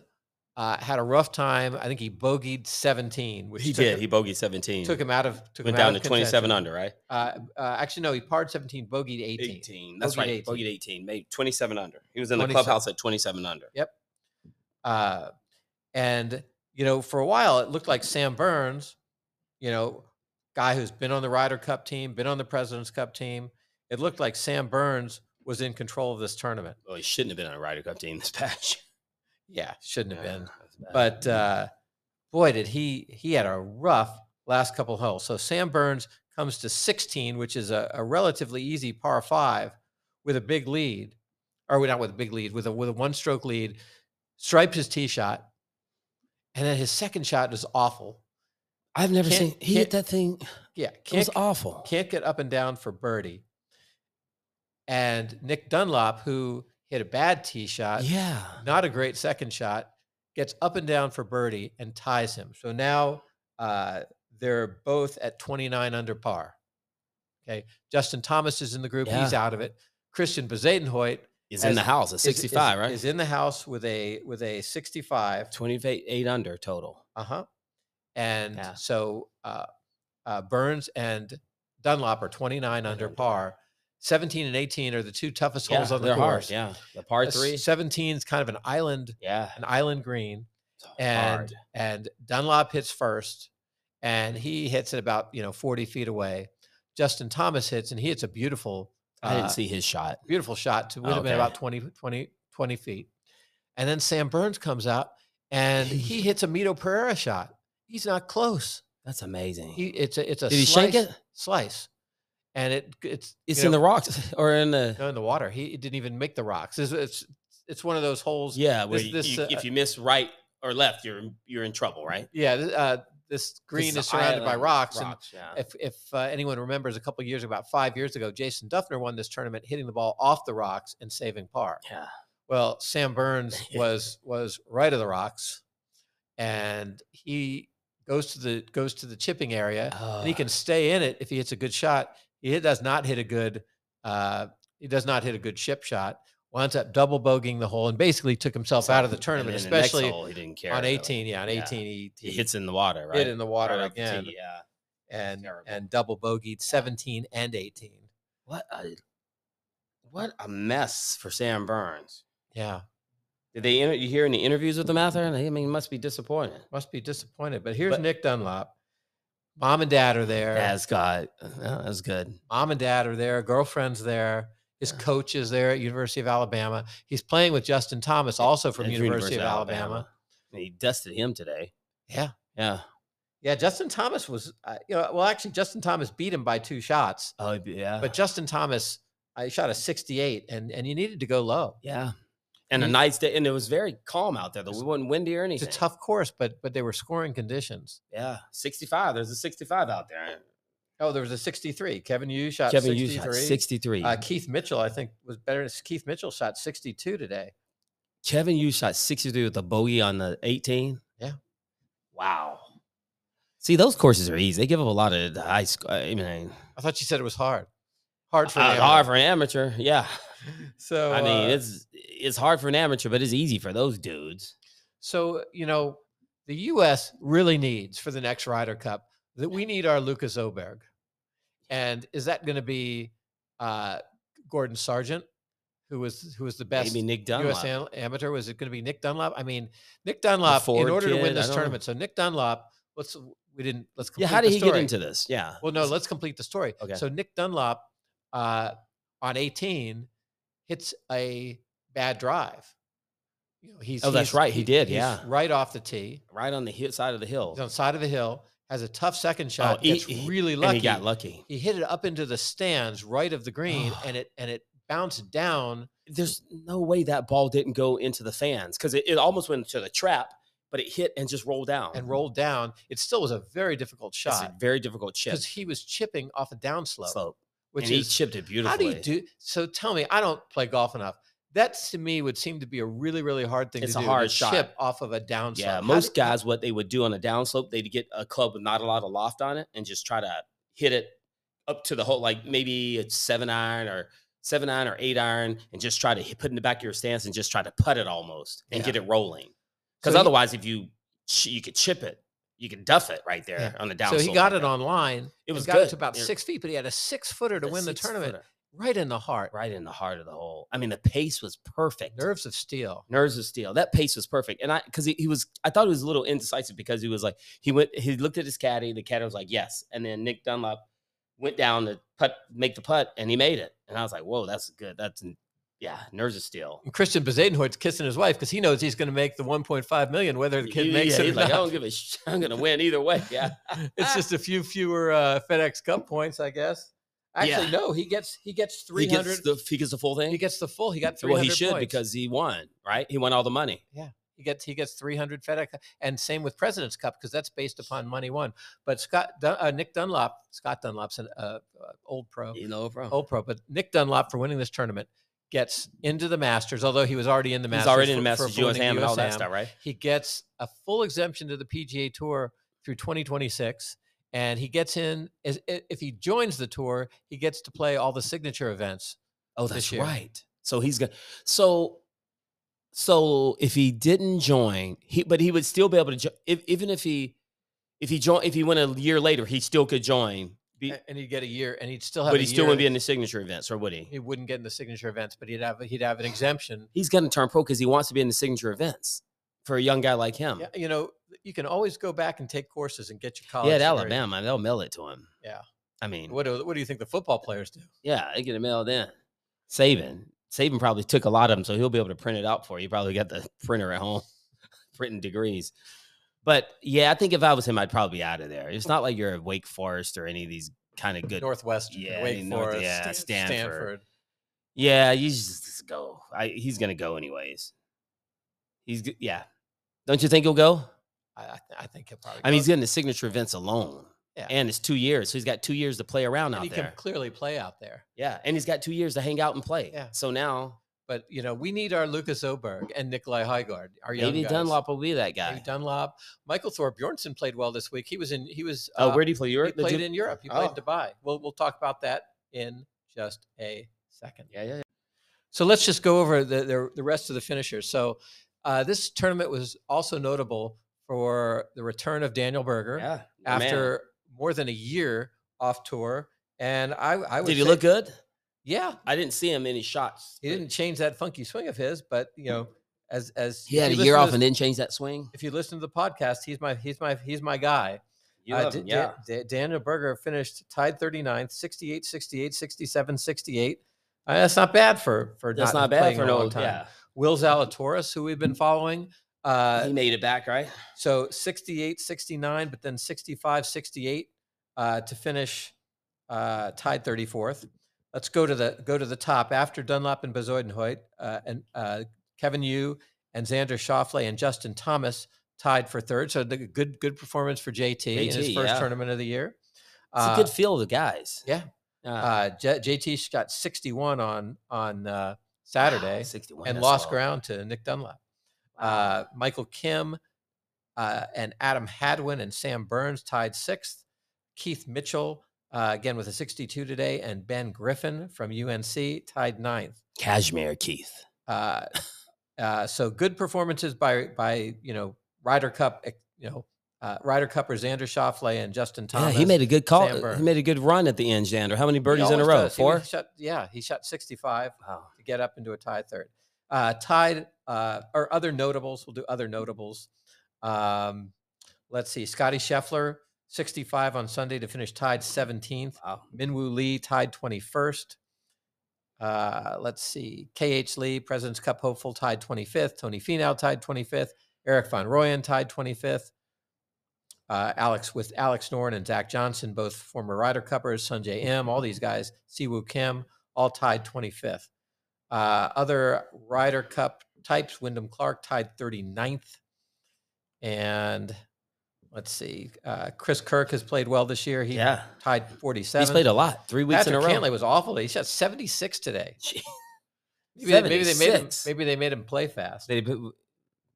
[SPEAKER 1] uh had a rough time i think he bogeyed 17 which
[SPEAKER 2] He
[SPEAKER 1] took
[SPEAKER 2] did.
[SPEAKER 1] him,
[SPEAKER 2] He bogeyed 17.
[SPEAKER 1] took him out of took
[SPEAKER 2] Went
[SPEAKER 1] him out
[SPEAKER 2] down to
[SPEAKER 1] of
[SPEAKER 2] 27
[SPEAKER 1] contention.
[SPEAKER 2] under, right?
[SPEAKER 1] uh, uh actually no he parred 17 bogeyed 18,
[SPEAKER 2] 18. That's
[SPEAKER 1] Bogeyed
[SPEAKER 2] right.
[SPEAKER 1] 18.
[SPEAKER 2] Bogeyed 18. Maybe 27 under. He was in the
[SPEAKER 1] 27.
[SPEAKER 2] clubhouse at 27 under.
[SPEAKER 1] uh and you know for a while it looked like sam burns you know guy who's been on the Ryder Cup team been on the President's Cup team it looked like Sam Burns was in control of this tournament
[SPEAKER 2] Well, he shouldn't have been on a Ryder Cup team this patch.
[SPEAKER 1] yeah shouldn't have been
[SPEAKER 2] But
[SPEAKER 1] but uh, boy, did he he had a rough last couple holes. So Sam Burns comes to 16, which is a, a relatively easy par five, with a big lead, or not with a big lead, with a with a one stroke lead, stripes his tee shot, and then his second shot is awful.
[SPEAKER 2] I've never
[SPEAKER 1] Can't-
[SPEAKER 2] seen he
[SPEAKER 1] can't-
[SPEAKER 2] hit that thing.
[SPEAKER 1] Yeah,
[SPEAKER 2] It was
[SPEAKER 1] can't
[SPEAKER 2] awful.
[SPEAKER 1] can't get up and down for birdie. And Nick Dunlop, who hit a bad tee shot,
[SPEAKER 2] Yeah.
[SPEAKER 1] not a great second shot, gets up and down for birdie and ties him. So now uh, they're both at 29 under par. Okay. Justin Thomas is in the group. He's out of it. Christian Bezadenhoyt
[SPEAKER 2] He's
[SPEAKER 1] As-
[SPEAKER 2] in the house at
[SPEAKER 1] is- is-
[SPEAKER 2] 65, right?
[SPEAKER 1] Is in the house with a with a 65.
[SPEAKER 2] 28 eight under total.
[SPEAKER 1] Uh-huh. And
[SPEAKER 2] Yeah.
[SPEAKER 1] so uh, uh, Burns and Dunlop are 29 under
[SPEAKER 2] under.
[SPEAKER 1] par. 17 and 18 are the two toughest holes on the
[SPEAKER 2] they're hard,
[SPEAKER 1] course.
[SPEAKER 2] Yeah. The par
[SPEAKER 1] Uh,
[SPEAKER 2] three.
[SPEAKER 1] 17 is kind of an island
[SPEAKER 2] Yeah.
[SPEAKER 1] an island green
[SPEAKER 2] it's
[SPEAKER 1] and
[SPEAKER 2] hard. Mm-hmm.
[SPEAKER 1] and Dunlop hits first and he hits it about you know 40 feet away. Justin Thomas hits and he hits a beautiful
[SPEAKER 2] I
[SPEAKER 1] uh,
[SPEAKER 2] didn't see his shot.
[SPEAKER 1] beautiful shot to would have been
[SPEAKER 2] Okay.
[SPEAKER 1] about 20, 20, 20 feet. And then Sam Burns comes out and he hits a Mito Pereira shot. He's not close.
[SPEAKER 2] That's amazing.
[SPEAKER 1] He, it's a it's a
[SPEAKER 2] Did he
[SPEAKER 1] slice,
[SPEAKER 2] shank it?
[SPEAKER 1] slice. And it it's
[SPEAKER 2] It's in the rocks or in the
[SPEAKER 1] no, in the water. He didn't even make the rocks. It's it's, it's one of those holes
[SPEAKER 2] yeah. Where
[SPEAKER 1] this-
[SPEAKER 2] you-
[SPEAKER 1] this,
[SPEAKER 2] you-
[SPEAKER 1] uh,
[SPEAKER 2] if you miss right or left, you're you're in trouble, right?
[SPEAKER 1] Yeah, th- uh, this green
[SPEAKER 2] This
[SPEAKER 1] is surrounded by
[SPEAKER 2] island,
[SPEAKER 1] rocks. And
[SPEAKER 2] rocks, yeah.
[SPEAKER 1] if if uh, anyone remembers, a couple years about five years ago, Jason Duffner won this tournament, hitting the ball off the rocks and saving par.
[SPEAKER 2] Yeah.
[SPEAKER 1] Well, Sam Burns was was right of the rocks, and he goes to the goes to the chipping area, and he
[SPEAKER 2] Ah.
[SPEAKER 1] can stay in it if he hits a good shot. He does not hit a good. Uh, he does not hit a good chip shot. Winds up double bogeying the hole and basically took himself out of the
[SPEAKER 2] And
[SPEAKER 1] tournament,
[SPEAKER 2] then the next
[SPEAKER 1] especially
[SPEAKER 2] hole, he didn't care.
[SPEAKER 1] on
[SPEAKER 2] though.
[SPEAKER 1] 18. Yeah, on
[SPEAKER 2] Yeah.
[SPEAKER 1] 18 he,
[SPEAKER 2] He hits in the water, right?
[SPEAKER 1] hit in the water
[SPEAKER 2] Right off the
[SPEAKER 1] again
[SPEAKER 2] tee, yeah.
[SPEAKER 1] and
[SPEAKER 2] terrible.
[SPEAKER 1] and double bogeyed 17 and 18.
[SPEAKER 2] What a what a mess for Sam Burns.
[SPEAKER 1] Yeah,
[SPEAKER 2] Did they inter- you hear any interviews with him out there? I mean, he must be disappointed.
[SPEAKER 1] must be disappointed. But here's
[SPEAKER 2] But-
[SPEAKER 1] Nick Dunlop. Mom and dad are there.
[SPEAKER 2] Yeah, Scott. Yeah, that's good.
[SPEAKER 1] Mom and dad are there. Girlfriend's there. His
[SPEAKER 2] Yeah.
[SPEAKER 1] coach is there at University of Alabama. He's playing with Justin Thomas, also from
[SPEAKER 2] At
[SPEAKER 1] University, of Alabama.
[SPEAKER 2] And he dusted him today.
[SPEAKER 1] Yeah.
[SPEAKER 2] Yeah.
[SPEAKER 1] Yeah, Justin Thomas was, uh, you know, well, actually, Justin Thomas beat him by two shots,
[SPEAKER 2] Oh, yeah.
[SPEAKER 1] uh, but Justin Thomas, I shot a 68, and and you needed to go low.
[SPEAKER 2] yeah. and a
[SPEAKER 1] Mhm.
[SPEAKER 2] nice day, and it was very calm out there. Though
[SPEAKER 1] It's-
[SPEAKER 2] we wasn't windy or
[SPEAKER 1] It's a
[SPEAKER 2] anything.
[SPEAKER 1] tough course, but but they were scoring conditions.
[SPEAKER 2] Yeah, sixty-five. There's a sixty-five out there.
[SPEAKER 1] Oh, there was a 63. Kevin Yu shot
[SPEAKER 2] Kevin,
[SPEAKER 1] 63.
[SPEAKER 2] you shot sixty-three.
[SPEAKER 1] Uh, Keith Mitchell, I think, was better. than- Keith Mitchell shot 62 today.
[SPEAKER 2] Kevin, you shot 63 with a bogey on the 18.
[SPEAKER 1] Yeah.
[SPEAKER 2] Wow. See, those courses are easy. They give up a lot of the high score. I mean,
[SPEAKER 1] I thought you said it was hard. Hard for
[SPEAKER 2] uh,
[SPEAKER 1] an
[SPEAKER 2] hard
[SPEAKER 1] amateur.
[SPEAKER 2] for an amateur. Yeah.
[SPEAKER 1] So
[SPEAKER 2] I mean,
[SPEAKER 1] uh,
[SPEAKER 2] it's it's hard for an amateur, but it's easy for those dudes.
[SPEAKER 1] So, you know, the U.S. really needs for the next Ryder Cup that we need our Lucas Oberg. And is that going to be uh, Gordon Sargent, who was who was the best
[SPEAKER 2] Maybe Nick
[SPEAKER 1] U.S.
[SPEAKER 2] Dunlop.
[SPEAKER 1] am- amateur? Was it going to be Nick Dunlop? I mean, Nick Dunlop in
[SPEAKER 2] Ford
[SPEAKER 1] order to
[SPEAKER 2] kid,
[SPEAKER 1] win
[SPEAKER 2] I
[SPEAKER 1] this
[SPEAKER 2] don't know.
[SPEAKER 1] tournament. So Nick Dunlop, let's we didn't let's complete
[SPEAKER 2] Yeah, how did
[SPEAKER 1] the
[SPEAKER 2] he get
[SPEAKER 1] story.
[SPEAKER 2] into this? Yeah.
[SPEAKER 1] Well, no, let's complete the story.
[SPEAKER 2] Okay.
[SPEAKER 1] So Nick Dunlop uh, on 18 hits a bad drive. You know, he's
[SPEAKER 2] Oh, that's
[SPEAKER 1] he's-
[SPEAKER 2] right, he did,
[SPEAKER 1] he's
[SPEAKER 2] yeah.
[SPEAKER 1] right off the tee.
[SPEAKER 2] Right on the hill, side of the hill.
[SPEAKER 1] He's on the side of the hill. Has a tough second shot.
[SPEAKER 2] Oh, he-
[SPEAKER 1] gets
[SPEAKER 2] he-
[SPEAKER 1] really
[SPEAKER 2] And
[SPEAKER 1] lucky.
[SPEAKER 2] he got lucky.
[SPEAKER 1] He hit it up into the stands, right of the green, and it and it bounced down.
[SPEAKER 2] There's no way that ball didn't go into the fans because it, it almost went into the trap, but it hit and just rolled down.
[SPEAKER 1] and rolled down. It still was a very difficult
[SPEAKER 2] Um, That's a
[SPEAKER 1] shot
[SPEAKER 2] very difficult chip.
[SPEAKER 1] because he was chipping off a downslope,
[SPEAKER 2] Slope.
[SPEAKER 1] which
[SPEAKER 2] and he
[SPEAKER 1] is
[SPEAKER 2] chipped it beautifully.
[SPEAKER 1] how do you do? So tell me, I don't play golf enough. That to me would seem to be a really really hard thing
[SPEAKER 2] It's
[SPEAKER 1] to
[SPEAKER 2] a
[SPEAKER 1] do.
[SPEAKER 2] hard
[SPEAKER 1] to
[SPEAKER 2] shot.
[SPEAKER 1] chip off of a downslope.
[SPEAKER 2] Yeah, most guys, what they would do on a downslope, they'd get a club with not a lot of loft on it and just try to hit it up to the hole, like maybe a seven iron or seven iron or eight iron, and just try to hit, put in the back of your stance and just try to putt it almost and
[SPEAKER 1] Yeah.
[SPEAKER 2] get it rolling. Because
[SPEAKER 1] So he-
[SPEAKER 2] otherwise, if you ch- you could chip it, you could duff it right there
[SPEAKER 1] Yeah.
[SPEAKER 2] on the downslope.
[SPEAKER 1] So he got
[SPEAKER 2] like
[SPEAKER 1] it
[SPEAKER 2] that.
[SPEAKER 1] online.
[SPEAKER 2] It
[SPEAKER 1] and
[SPEAKER 2] was
[SPEAKER 1] got
[SPEAKER 2] good
[SPEAKER 1] it to about
[SPEAKER 2] It-
[SPEAKER 1] six feet, but he had a six footer to
[SPEAKER 2] a
[SPEAKER 1] win the
[SPEAKER 2] six
[SPEAKER 1] tournament,
[SPEAKER 2] footer,
[SPEAKER 1] right in the heart.
[SPEAKER 2] right in the heart of the hole. I mean, the pace was perfect.
[SPEAKER 1] Nerves of steel.
[SPEAKER 2] nerves of steel. That pace was perfect. And I, because he, he was, I thought he was a little indecisive because he was like, he went, he looked at his caddy. The caddy was like, yes. And then Nick Dunlop went down to putt, make the putt, and he made it. And I was like, whoa, that's good. That's, yeah, nerves of steel.
[SPEAKER 1] And Christian Bezadenhoit's kissing his wife because he knows he's going to make the 1.5 million, whether the kid
[SPEAKER 2] He-
[SPEAKER 1] makes
[SPEAKER 2] yeah,
[SPEAKER 1] it or
[SPEAKER 2] he's like, "Oh." I
[SPEAKER 1] not.
[SPEAKER 2] don't give a sh- I'm going to win either way. Yeah.
[SPEAKER 1] it's just a few fewer uh, FedEx Cup points, I guess. Actually,
[SPEAKER 2] Yeah.
[SPEAKER 1] no, he gets he gets
[SPEAKER 2] he
[SPEAKER 1] three
[SPEAKER 2] gets
[SPEAKER 1] hundred.
[SPEAKER 2] the, he gets the full thing.
[SPEAKER 1] He gets the full. He got three
[SPEAKER 2] well,
[SPEAKER 1] hundred.
[SPEAKER 2] he should
[SPEAKER 1] points.
[SPEAKER 2] because he won, right? He won all the money.
[SPEAKER 1] he gets he gets three hundred FedEx, and same with Presidents Cup because that's based upon money won. But Scott Dun- uh, Nick Dunlop, Scott Dunlop's an uh, uh, old pro,
[SPEAKER 2] You know, bro.
[SPEAKER 1] old pro, but Nick Dunlop for winning this tournament gets into the Masters, although he was already in the Masters.
[SPEAKER 2] He's already in
[SPEAKER 1] for-
[SPEAKER 2] the
[SPEAKER 1] for
[SPEAKER 2] Masters, US
[SPEAKER 1] winning
[SPEAKER 2] Ham, and all that
[SPEAKER 1] USAM.
[SPEAKER 2] stuff, right?
[SPEAKER 1] He gets a full exemption to the PGA Tour through 2026, and he gets in. As, i- if he joins the tour, he gets to play all the signature events.
[SPEAKER 2] Oh,
[SPEAKER 1] this
[SPEAKER 2] that's
[SPEAKER 1] year.
[SPEAKER 2] right. So he's going so so if he didn't join, he but he would still be able to jo- if, even if he if he join if he went a year later, he still could join. Be,
[SPEAKER 1] a- And he'd get a year, and he'd still have.
[SPEAKER 2] but
[SPEAKER 1] Eh, a
[SPEAKER 2] he still wouldn't be
[SPEAKER 1] year-
[SPEAKER 2] in the signature events, or would he?
[SPEAKER 1] He wouldn't get in the signature events, but he'd have he'd have an exemption.
[SPEAKER 2] He's gonna turn pro because he wants to be in the signature events for a young guy like him.
[SPEAKER 1] Yeah, you know, you can always go back and take courses and get your college.
[SPEAKER 2] Yeah, at
[SPEAKER 1] degree.
[SPEAKER 2] Alabama, they'll mail it to him.
[SPEAKER 1] Yeah.
[SPEAKER 2] I mean,
[SPEAKER 1] What do, what do you think the football players do?
[SPEAKER 2] yeah, they get it mailed in. Saban, Saban probably took a lot of them, so he'll be able to print it out for you. Probably got the printer at home, printing degrees. But yeah, I think if I was him, I'd probably be out of there. It's not like you're at Wake Forest or any of these kind of good.
[SPEAKER 1] Northwestern,
[SPEAKER 2] Yeah,
[SPEAKER 1] Wake
[SPEAKER 2] North-
[SPEAKER 1] Forest,
[SPEAKER 2] yeah,
[SPEAKER 1] Stan-
[SPEAKER 2] Stanford.
[SPEAKER 1] Stanford.
[SPEAKER 2] Yeah, you just, just go. I, he's gonna go anyways. He's g- yeah. Don't you think he'll go?
[SPEAKER 1] I, I, I think he'll probably.
[SPEAKER 2] I mean, he's
[SPEAKER 1] go.
[SPEAKER 2] getting the signature events alone,
[SPEAKER 1] Yeah.
[SPEAKER 2] and it's two years, so he's got two years to play around
[SPEAKER 1] And
[SPEAKER 2] out
[SPEAKER 1] he
[SPEAKER 2] there.
[SPEAKER 1] can clearly play out there.
[SPEAKER 2] yeah, and he's got two years to hang out and play.
[SPEAKER 1] Yeah.
[SPEAKER 2] So now
[SPEAKER 1] But you know, we need our Lucas Oberg and Nikolai Highgard. Our young
[SPEAKER 2] maybe
[SPEAKER 1] guys.
[SPEAKER 2] Dunlop will be that guy.
[SPEAKER 1] Maybe Dunlop. Michael Thor Bjornsson played well this week. He was in. He was.
[SPEAKER 2] Oh,
[SPEAKER 1] uh,
[SPEAKER 2] where do you play? Europe?
[SPEAKER 1] he played in Europe. He played
[SPEAKER 2] Oh.
[SPEAKER 1] in Dubai. We'll we'll talk about that in just a second.
[SPEAKER 2] yeah, yeah, yeah.
[SPEAKER 1] So let's just go over the the, the rest of the finishers. So uh, this tournament was also notable for the return of Daniel Berger
[SPEAKER 2] yeah. my man.
[SPEAKER 1] after more than a year off tour. And I, I would
[SPEAKER 2] did he
[SPEAKER 1] say-
[SPEAKER 2] look good?
[SPEAKER 1] Yeah,
[SPEAKER 2] I didn't see him any shots.
[SPEAKER 1] he
[SPEAKER 2] but
[SPEAKER 1] didn't change that funky swing of his, but you know, as as
[SPEAKER 2] He
[SPEAKER 1] if
[SPEAKER 2] had a
[SPEAKER 1] you listen
[SPEAKER 2] year
[SPEAKER 1] to
[SPEAKER 2] off
[SPEAKER 1] this-
[SPEAKER 2] and didn't change that swing.
[SPEAKER 1] if you listen to the podcast, he's my he's my he's my guy.
[SPEAKER 2] You
[SPEAKER 1] Uh,
[SPEAKER 2] love
[SPEAKER 1] Da-
[SPEAKER 2] him,
[SPEAKER 1] Da- Da- Daniel Berger finished tied 39th, 68, 68, 67, 68. Uh, that's not bad for for
[SPEAKER 2] That's
[SPEAKER 1] not,
[SPEAKER 2] not, bad
[SPEAKER 1] playing
[SPEAKER 2] for
[SPEAKER 1] a
[SPEAKER 2] an
[SPEAKER 1] long
[SPEAKER 2] old
[SPEAKER 1] time.
[SPEAKER 2] Yeah,
[SPEAKER 1] Will Zalatoris, who we've been following, uh,
[SPEAKER 2] he made it back, right?
[SPEAKER 1] so 68, 69, but then 65, 68 uh, to finish uh, tied 34th. Let's go to the go to the top after Dunlop and Bezoidenhoit. Uh, and uh, Kevin Yu, and Xander Schauffele and Justin Thomas tied for third. So the good good performance for JT, in his
[SPEAKER 2] JT,
[SPEAKER 1] first
[SPEAKER 2] yeah.
[SPEAKER 1] tournament of the year.
[SPEAKER 2] It's
[SPEAKER 1] Uh,
[SPEAKER 2] a good field of guys.
[SPEAKER 1] yeah.
[SPEAKER 2] Uh,
[SPEAKER 1] uh, J- JT got 61 on on uh, Saturday
[SPEAKER 2] wow, 61,
[SPEAKER 1] and
[SPEAKER 2] that's
[SPEAKER 1] lost
[SPEAKER 2] low.
[SPEAKER 1] ground to Nick Dunlap. Uh, Michael Kim uh, and Adam Hadwin and Sam Burns tied sixth. Keith Mitchell, uh, again with a 62 today, and Ben Griffin from UNC tied ninth.
[SPEAKER 2] Cashmere Keith.
[SPEAKER 1] Uh, uh, so good performances by by you know Ryder Cup, eh, you know uh, Ryder Cup or Xander Schauffele and Justin Thomas.
[SPEAKER 2] yeah, he made a good call.
[SPEAKER 1] Sam Burns.
[SPEAKER 2] He made a good run at the end, Xander. How many
[SPEAKER 1] He
[SPEAKER 2] birdies in a
[SPEAKER 1] always
[SPEAKER 2] row?
[SPEAKER 1] does. He-
[SPEAKER 2] Four. Oh.
[SPEAKER 1] He shot, yeah, he shot 65
[SPEAKER 2] Wow.
[SPEAKER 1] to get up into a tie third. Uh, tied uh, or other notables. We'll do other notables. Um, let's see. Scotty Scheffler, 65 on Sunday to finish tied 17th.
[SPEAKER 2] Wow.
[SPEAKER 1] Minwoo Lee tied 21st. Uh, let's see. KH Lee, President's Cup hopeful, tied 25th. Tony Finau tied 25th. Eric Von Royen tied 25th. Uh, Alex with Alex Noren and Zach Johnson, both former Ryder Cuppers, Sunjay M, all these guys, Siwoo Kim, all tied 25th. Uh, other Ryder Cup types, Wyndham Clark tied 39th. And let's see, uh, Chris Kirk has played well this year. He
[SPEAKER 2] yeah.
[SPEAKER 1] tied 47.
[SPEAKER 2] He's played a lot. Three weeks
[SPEAKER 1] Patrick
[SPEAKER 2] in a row.
[SPEAKER 1] Cantlay was awful. He shot 76 today.
[SPEAKER 2] Gee.
[SPEAKER 1] Maybe they, maybe they made him,
[SPEAKER 2] 76.
[SPEAKER 1] maybe they made him play fast
[SPEAKER 2] Did he, put-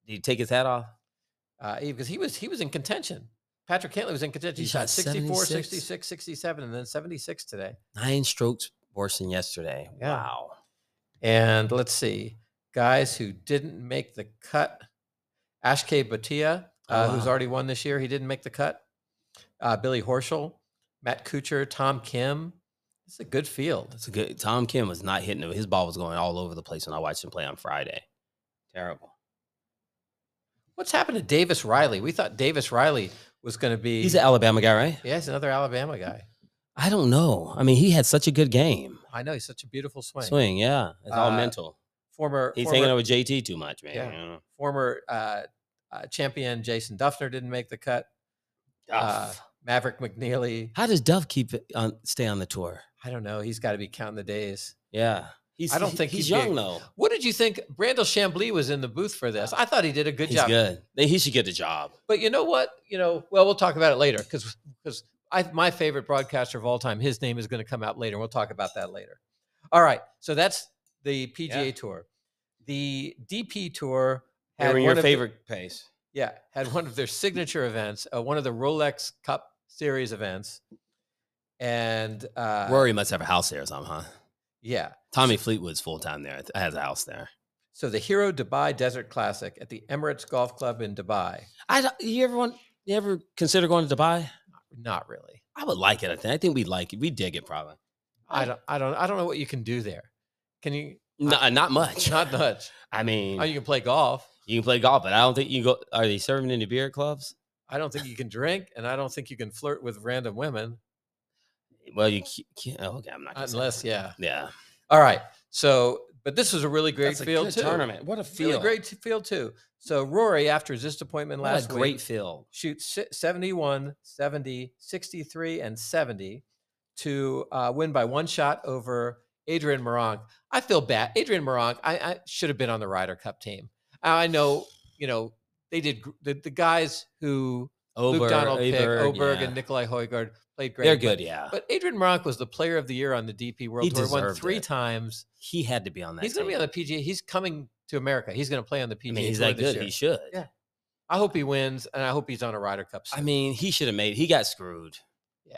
[SPEAKER 2] did he take his hat off?
[SPEAKER 1] uh, because he was he was in contention. Patrick Cantley was in contention. He,
[SPEAKER 2] He
[SPEAKER 1] shot
[SPEAKER 2] shot
[SPEAKER 1] 64,
[SPEAKER 2] 76.
[SPEAKER 1] 66, 67, and then 76 today.
[SPEAKER 2] Nine strokes worse than yesterday.
[SPEAKER 1] Yeah.
[SPEAKER 2] Wow.
[SPEAKER 1] And let's see, guys who didn't make the cut. Ashke Batia,
[SPEAKER 2] Oh,
[SPEAKER 1] uh, who's
[SPEAKER 2] wow.
[SPEAKER 1] already won this year, he didn't make the cut. Uh, Billy Horschel, Matt Kuchar, Tom Kim. It's a good field.
[SPEAKER 2] That's a good. Tom Kim was not hitting it. His ball was going all over the place when I watched him play on Friday. Terrible.
[SPEAKER 1] What's happened to Davis Riley? We thought Davis Riley was going to be.
[SPEAKER 2] He's an Alabama guy, right?
[SPEAKER 1] yeah, he's another Alabama guy.
[SPEAKER 2] I don't know. I mean, he had such a good game.
[SPEAKER 1] I know he's such a beautiful swing.
[SPEAKER 2] Swing, yeah. It's all
[SPEAKER 1] Uh,
[SPEAKER 2] mental.
[SPEAKER 1] Former
[SPEAKER 2] He's
[SPEAKER 1] former,
[SPEAKER 2] hanging out with JT too much, man.
[SPEAKER 1] Yeah.
[SPEAKER 2] you know.
[SPEAKER 1] former uh, uh, champion Jason Duffner didn't make the cut. Uh,
[SPEAKER 2] Duff.
[SPEAKER 1] Maverick McNeely,
[SPEAKER 2] How does Duff keep it on stay on the tour?
[SPEAKER 1] I don't know. He's got to be counting the days.
[SPEAKER 2] Yeah. He's,
[SPEAKER 1] don't
[SPEAKER 2] he-
[SPEAKER 1] think
[SPEAKER 2] he's
[SPEAKER 1] he'd be a-
[SPEAKER 2] young though.
[SPEAKER 1] What did you think? Brandel Chambly was in the booth for this. I thought he did a good
[SPEAKER 2] he's
[SPEAKER 1] job.
[SPEAKER 2] good. Then He should get a job.
[SPEAKER 1] But you know what? You know, well, we'll talk about it later because because I my favorite broadcaster of all time, his name is going to come out later. We'll talk about that later. All right. So that's the PGA
[SPEAKER 2] Yeah.
[SPEAKER 1] Tour. The DP Tour
[SPEAKER 2] They were in your
[SPEAKER 1] one of the-
[SPEAKER 2] favorite pace.
[SPEAKER 1] yeah, had one of their signature events, uh, one of the Rolex Cup Series events, and uh,
[SPEAKER 2] Rory must have a house there or something, huh?
[SPEAKER 1] yeah.
[SPEAKER 2] Tommy Fleetwood's full time there. I has a house there.
[SPEAKER 1] So the Hero Dubai Desert Classic at the Emirates Golf Club in Dubai.
[SPEAKER 2] I don't- you ever want you ever consider going to Dubai?
[SPEAKER 1] Not really.
[SPEAKER 2] I would like it. I think I think we'd like it. We dig it probably.
[SPEAKER 1] I
[SPEAKER 2] I-
[SPEAKER 1] don't. I don't. I don't know what you can do there. Can you?
[SPEAKER 2] No, not much.
[SPEAKER 1] Not much.
[SPEAKER 2] I mean,
[SPEAKER 1] Oh, you can play golf.
[SPEAKER 2] you can play golf, but I don't think you go. Are they serving any beer clubs?
[SPEAKER 1] I don't think you can drink, and I don't think you can flirt with random women
[SPEAKER 2] Well, you ca- can't. oh, Okay, I'm not. gonna say
[SPEAKER 1] unless,
[SPEAKER 2] that.
[SPEAKER 1] yeah.
[SPEAKER 2] yeah,
[SPEAKER 1] All right. So, but this was a really great
[SPEAKER 2] That's a
[SPEAKER 1] field
[SPEAKER 2] good
[SPEAKER 1] too.
[SPEAKER 2] tournament. What a
[SPEAKER 1] Really
[SPEAKER 2] field!
[SPEAKER 1] great t- field too. So Rory, after his disappointment
[SPEAKER 2] What a
[SPEAKER 1] last week,
[SPEAKER 2] great field.
[SPEAKER 1] shoots si- 71, 70, 63, and 70 to uh, win by one shot over Adrian Moronk. I feel bad. Adrian Moronk, I, I should have been on the Ryder Cup team. I know, you know, they did gr- the, the guys who
[SPEAKER 2] Oberg,
[SPEAKER 1] Luke Donald picked,
[SPEAKER 2] Oberg,
[SPEAKER 1] Oberg
[SPEAKER 2] yeah.
[SPEAKER 1] and Nikolai Hoygaard played great.
[SPEAKER 2] They're
[SPEAKER 1] but-
[SPEAKER 2] good. Yeah,
[SPEAKER 1] But Adrian Moronk was the player of the year on the DP World
[SPEAKER 2] He
[SPEAKER 1] Tour, won
[SPEAKER 2] deserved
[SPEAKER 1] three
[SPEAKER 2] it.
[SPEAKER 1] times.
[SPEAKER 2] he had to be on that.
[SPEAKER 1] he's going to be
[SPEAKER 2] team.
[SPEAKER 1] on the PGA. He's coming to America. He's going to play on the PGA
[SPEAKER 2] I mean, he's
[SPEAKER 1] Tour
[SPEAKER 2] that
[SPEAKER 1] this
[SPEAKER 2] good.
[SPEAKER 1] year.
[SPEAKER 2] He should.
[SPEAKER 1] Yeah. I hope he wins, and I hope he's on a Ryder Cup.
[SPEAKER 2] I
[SPEAKER 1] soon.
[SPEAKER 2] mean, he should have made. He got screwed.
[SPEAKER 1] Yeah.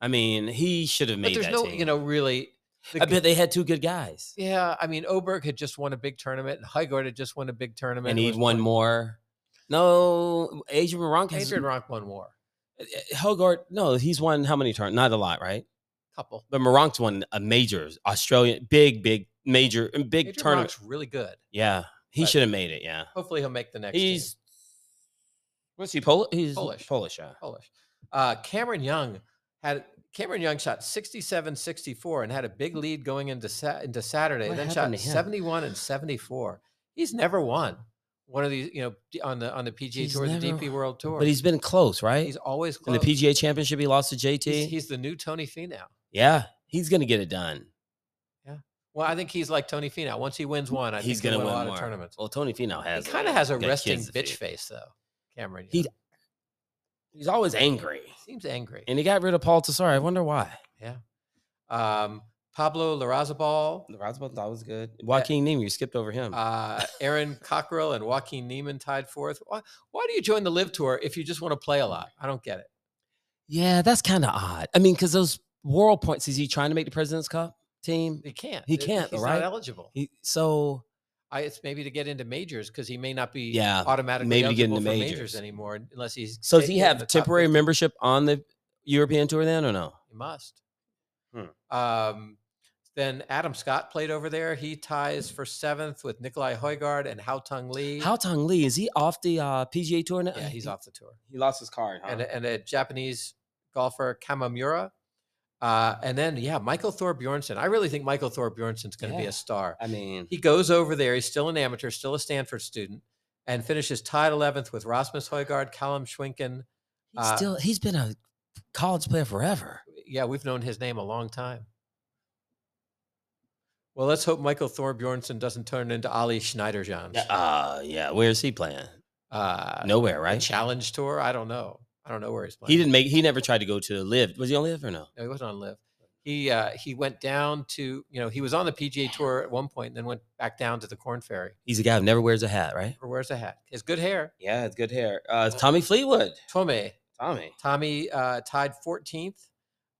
[SPEAKER 2] I mean, he should have
[SPEAKER 1] but
[SPEAKER 2] made
[SPEAKER 1] there's
[SPEAKER 2] that
[SPEAKER 1] no,
[SPEAKER 2] team.
[SPEAKER 1] you know, really. the
[SPEAKER 2] I
[SPEAKER 1] g-
[SPEAKER 2] bet they had two good guys,
[SPEAKER 1] Yeah, I mean, Oberg had just won a big tournament, and Heigart had just won a big tournament.
[SPEAKER 2] and
[SPEAKER 1] it
[SPEAKER 2] he'd
[SPEAKER 1] was
[SPEAKER 2] won
[SPEAKER 1] one-
[SPEAKER 2] more. No, Adrian Moronk has
[SPEAKER 1] Adrian Ronk won more.
[SPEAKER 2] Hogart, no, he's won how many turns? Not a lot, right?
[SPEAKER 1] Couple.
[SPEAKER 2] But Moronk's won a major Australian, big, big, major, big
[SPEAKER 1] Adrian
[SPEAKER 2] tournament.
[SPEAKER 1] Ronk's really good.
[SPEAKER 2] Yeah, he
[SPEAKER 1] But-
[SPEAKER 2] should have made it. Yeah,
[SPEAKER 1] Hopefully, he'll make the next. team.
[SPEAKER 2] he's what's he Polish? He's
[SPEAKER 1] Polish.
[SPEAKER 2] Polish. Polish, yeah.
[SPEAKER 1] Polish. Uh, Cameron Young had Cameron Young shot 67 64 and had a big lead going into sa- into Saturday,
[SPEAKER 2] What
[SPEAKER 1] then shot
[SPEAKER 2] happened to him?
[SPEAKER 1] 71 and 74. He's never won one of these, you know, d- on the on the PGA
[SPEAKER 2] He's
[SPEAKER 1] Tour, the
[SPEAKER 2] never-
[SPEAKER 1] DP World Tour.
[SPEAKER 2] But he's been close, right?
[SPEAKER 1] he's always
[SPEAKER 2] In
[SPEAKER 1] close.
[SPEAKER 2] the PGA Championship, he lost to JT.
[SPEAKER 1] He's, he's the new Tony Finau.
[SPEAKER 2] yeah, he's gonna get it done.
[SPEAKER 1] Well, I think he's like Tony Finau. Once he wins one, I
[SPEAKER 2] He's
[SPEAKER 1] think
[SPEAKER 2] going to
[SPEAKER 1] he'll win,
[SPEAKER 2] win
[SPEAKER 1] a lot
[SPEAKER 2] more.
[SPEAKER 1] of tournaments.
[SPEAKER 2] Well, Tony Finau
[SPEAKER 1] He
[SPEAKER 2] has. it.
[SPEAKER 1] kind of has a
[SPEAKER 2] He's got
[SPEAKER 1] resting
[SPEAKER 2] kids to
[SPEAKER 1] bitch
[SPEAKER 2] feed.
[SPEAKER 1] face, though, Cameron.
[SPEAKER 2] He-
[SPEAKER 1] He
[SPEAKER 2] He's always angry,
[SPEAKER 1] seems angry.
[SPEAKER 2] and he got rid of Paul Tesoro. I wonder why.
[SPEAKER 1] Um, Pablo Larrazabal,
[SPEAKER 2] The Roswell thought was good. Joaquin Neiman, you skipped over him.
[SPEAKER 1] uh, Aaron Cockrell, and Joaquin Neiman tied fourth. Why, why do you join the Live Tour if you just want to play a lot? I don't get it.
[SPEAKER 2] yeah, that's kind of odd. I mean, because those world points—is he trying to make the President's Cup team?
[SPEAKER 1] He can't.
[SPEAKER 2] He
[SPEAKER 1] It-
[SPEAKER 2] can't,
[SPEAKER 1] He's
[SPEAKER 2] right?
[SPEAKER 1] not eligible.
[SPEAKER 2] He, so
[SPEAKER 1] I, it's maybe to get into majors because he may not be
[SPEAKER 2] Yeah,
[SPEAKER 1] automatically
[SPEAKER 2] maybe get
[SPEAKER 1] eligible
[SPEAKER 2] into
[SPEAKER 1] for majors.
[SPEAKER 2] majors.
[SPEAKER 1] anymore unless he's.
[SPEAKER 2] So does
[SPEAKER 1] stayed
[SPEAKER 2] he
[SPEAKER 1] in the
[SPEAKER 2] have
[SPEAKER 1] top
[SPEAKER 2] temporary
[SPEAKER 1] 50.
[SPEAKER 2] membership on the European tour then or no?
[SPEAKER 1] He must.
[SPEAKER 2] Hmm.
[SPEAKER 1] Um, then Adam Scott played over there. He ties for seventh with Nikolai Hoygaard and Hao Tung Lee.
[SPEAKER 2] Hao Tong Lee, is he off the uh, PGA tour now?
[SPEAKER 1] yeah, he's
[SPEAKER 2] He-
[SPEAKER 1] off the tour.
[SPEAKER 2] He lost his card, huh?
[SPEAKER 1] And, a- and a Japanese golfer, Kamamura. Uh, and then, yeah, Michael Thor Bjornsson. I really think Michael Thor Bjornsson's going to be
[SPEAKER 2] Yeah.
[SPEAKER 1] a star.
[SPEAKER 2] I mean,
[SPEAKER 1] He goes over there. He's still an amateur, still a Stanford student, and finishes tied 11th with Rasmus Højgaard, Callum Schwinken.
[SPEAKER 2] he's
[SPEAKER 1] uh,
[SPEAKER 2] still he's been a college player forever.
[SPEAKER 1] Yeah, we've known his name a long time. Well, let's hope Michael Thor Bjornsson doesn't turn into Ali Schneiderjans.
[SPEAKER 2] Uh yeah. Where is he playing?
[SPEAKER 1] Uh,
[SPEAKER 2] Nowhere,
[SPEAKER 1] the
[SPEAKER 2] right?
[SPEAKER 1] Challenge Tour? I don't know. I don't know where he's playing.
[SPEAKER 2] He didn't make he never tried to go to live. Was he on live or no?
[SPEAKER 1] No, he wasn't on Live. He uh, he went down to you know he was on the PGA Tour at one point, and then went back down to the Corn Ferry.
[SPEAKER 2] He's a guy who never wears a hat, right?
[SPEAKER 1] Or wears a hat. He has good hair.
[SPEAKER 2] Yeah, it's good hair. Uh Tommy Fleetwood.
[SPEAKER 1] Tommy
[SPEAKER 2] Tommy.
[SPEAKER 1] Tommy uh, tied 14th.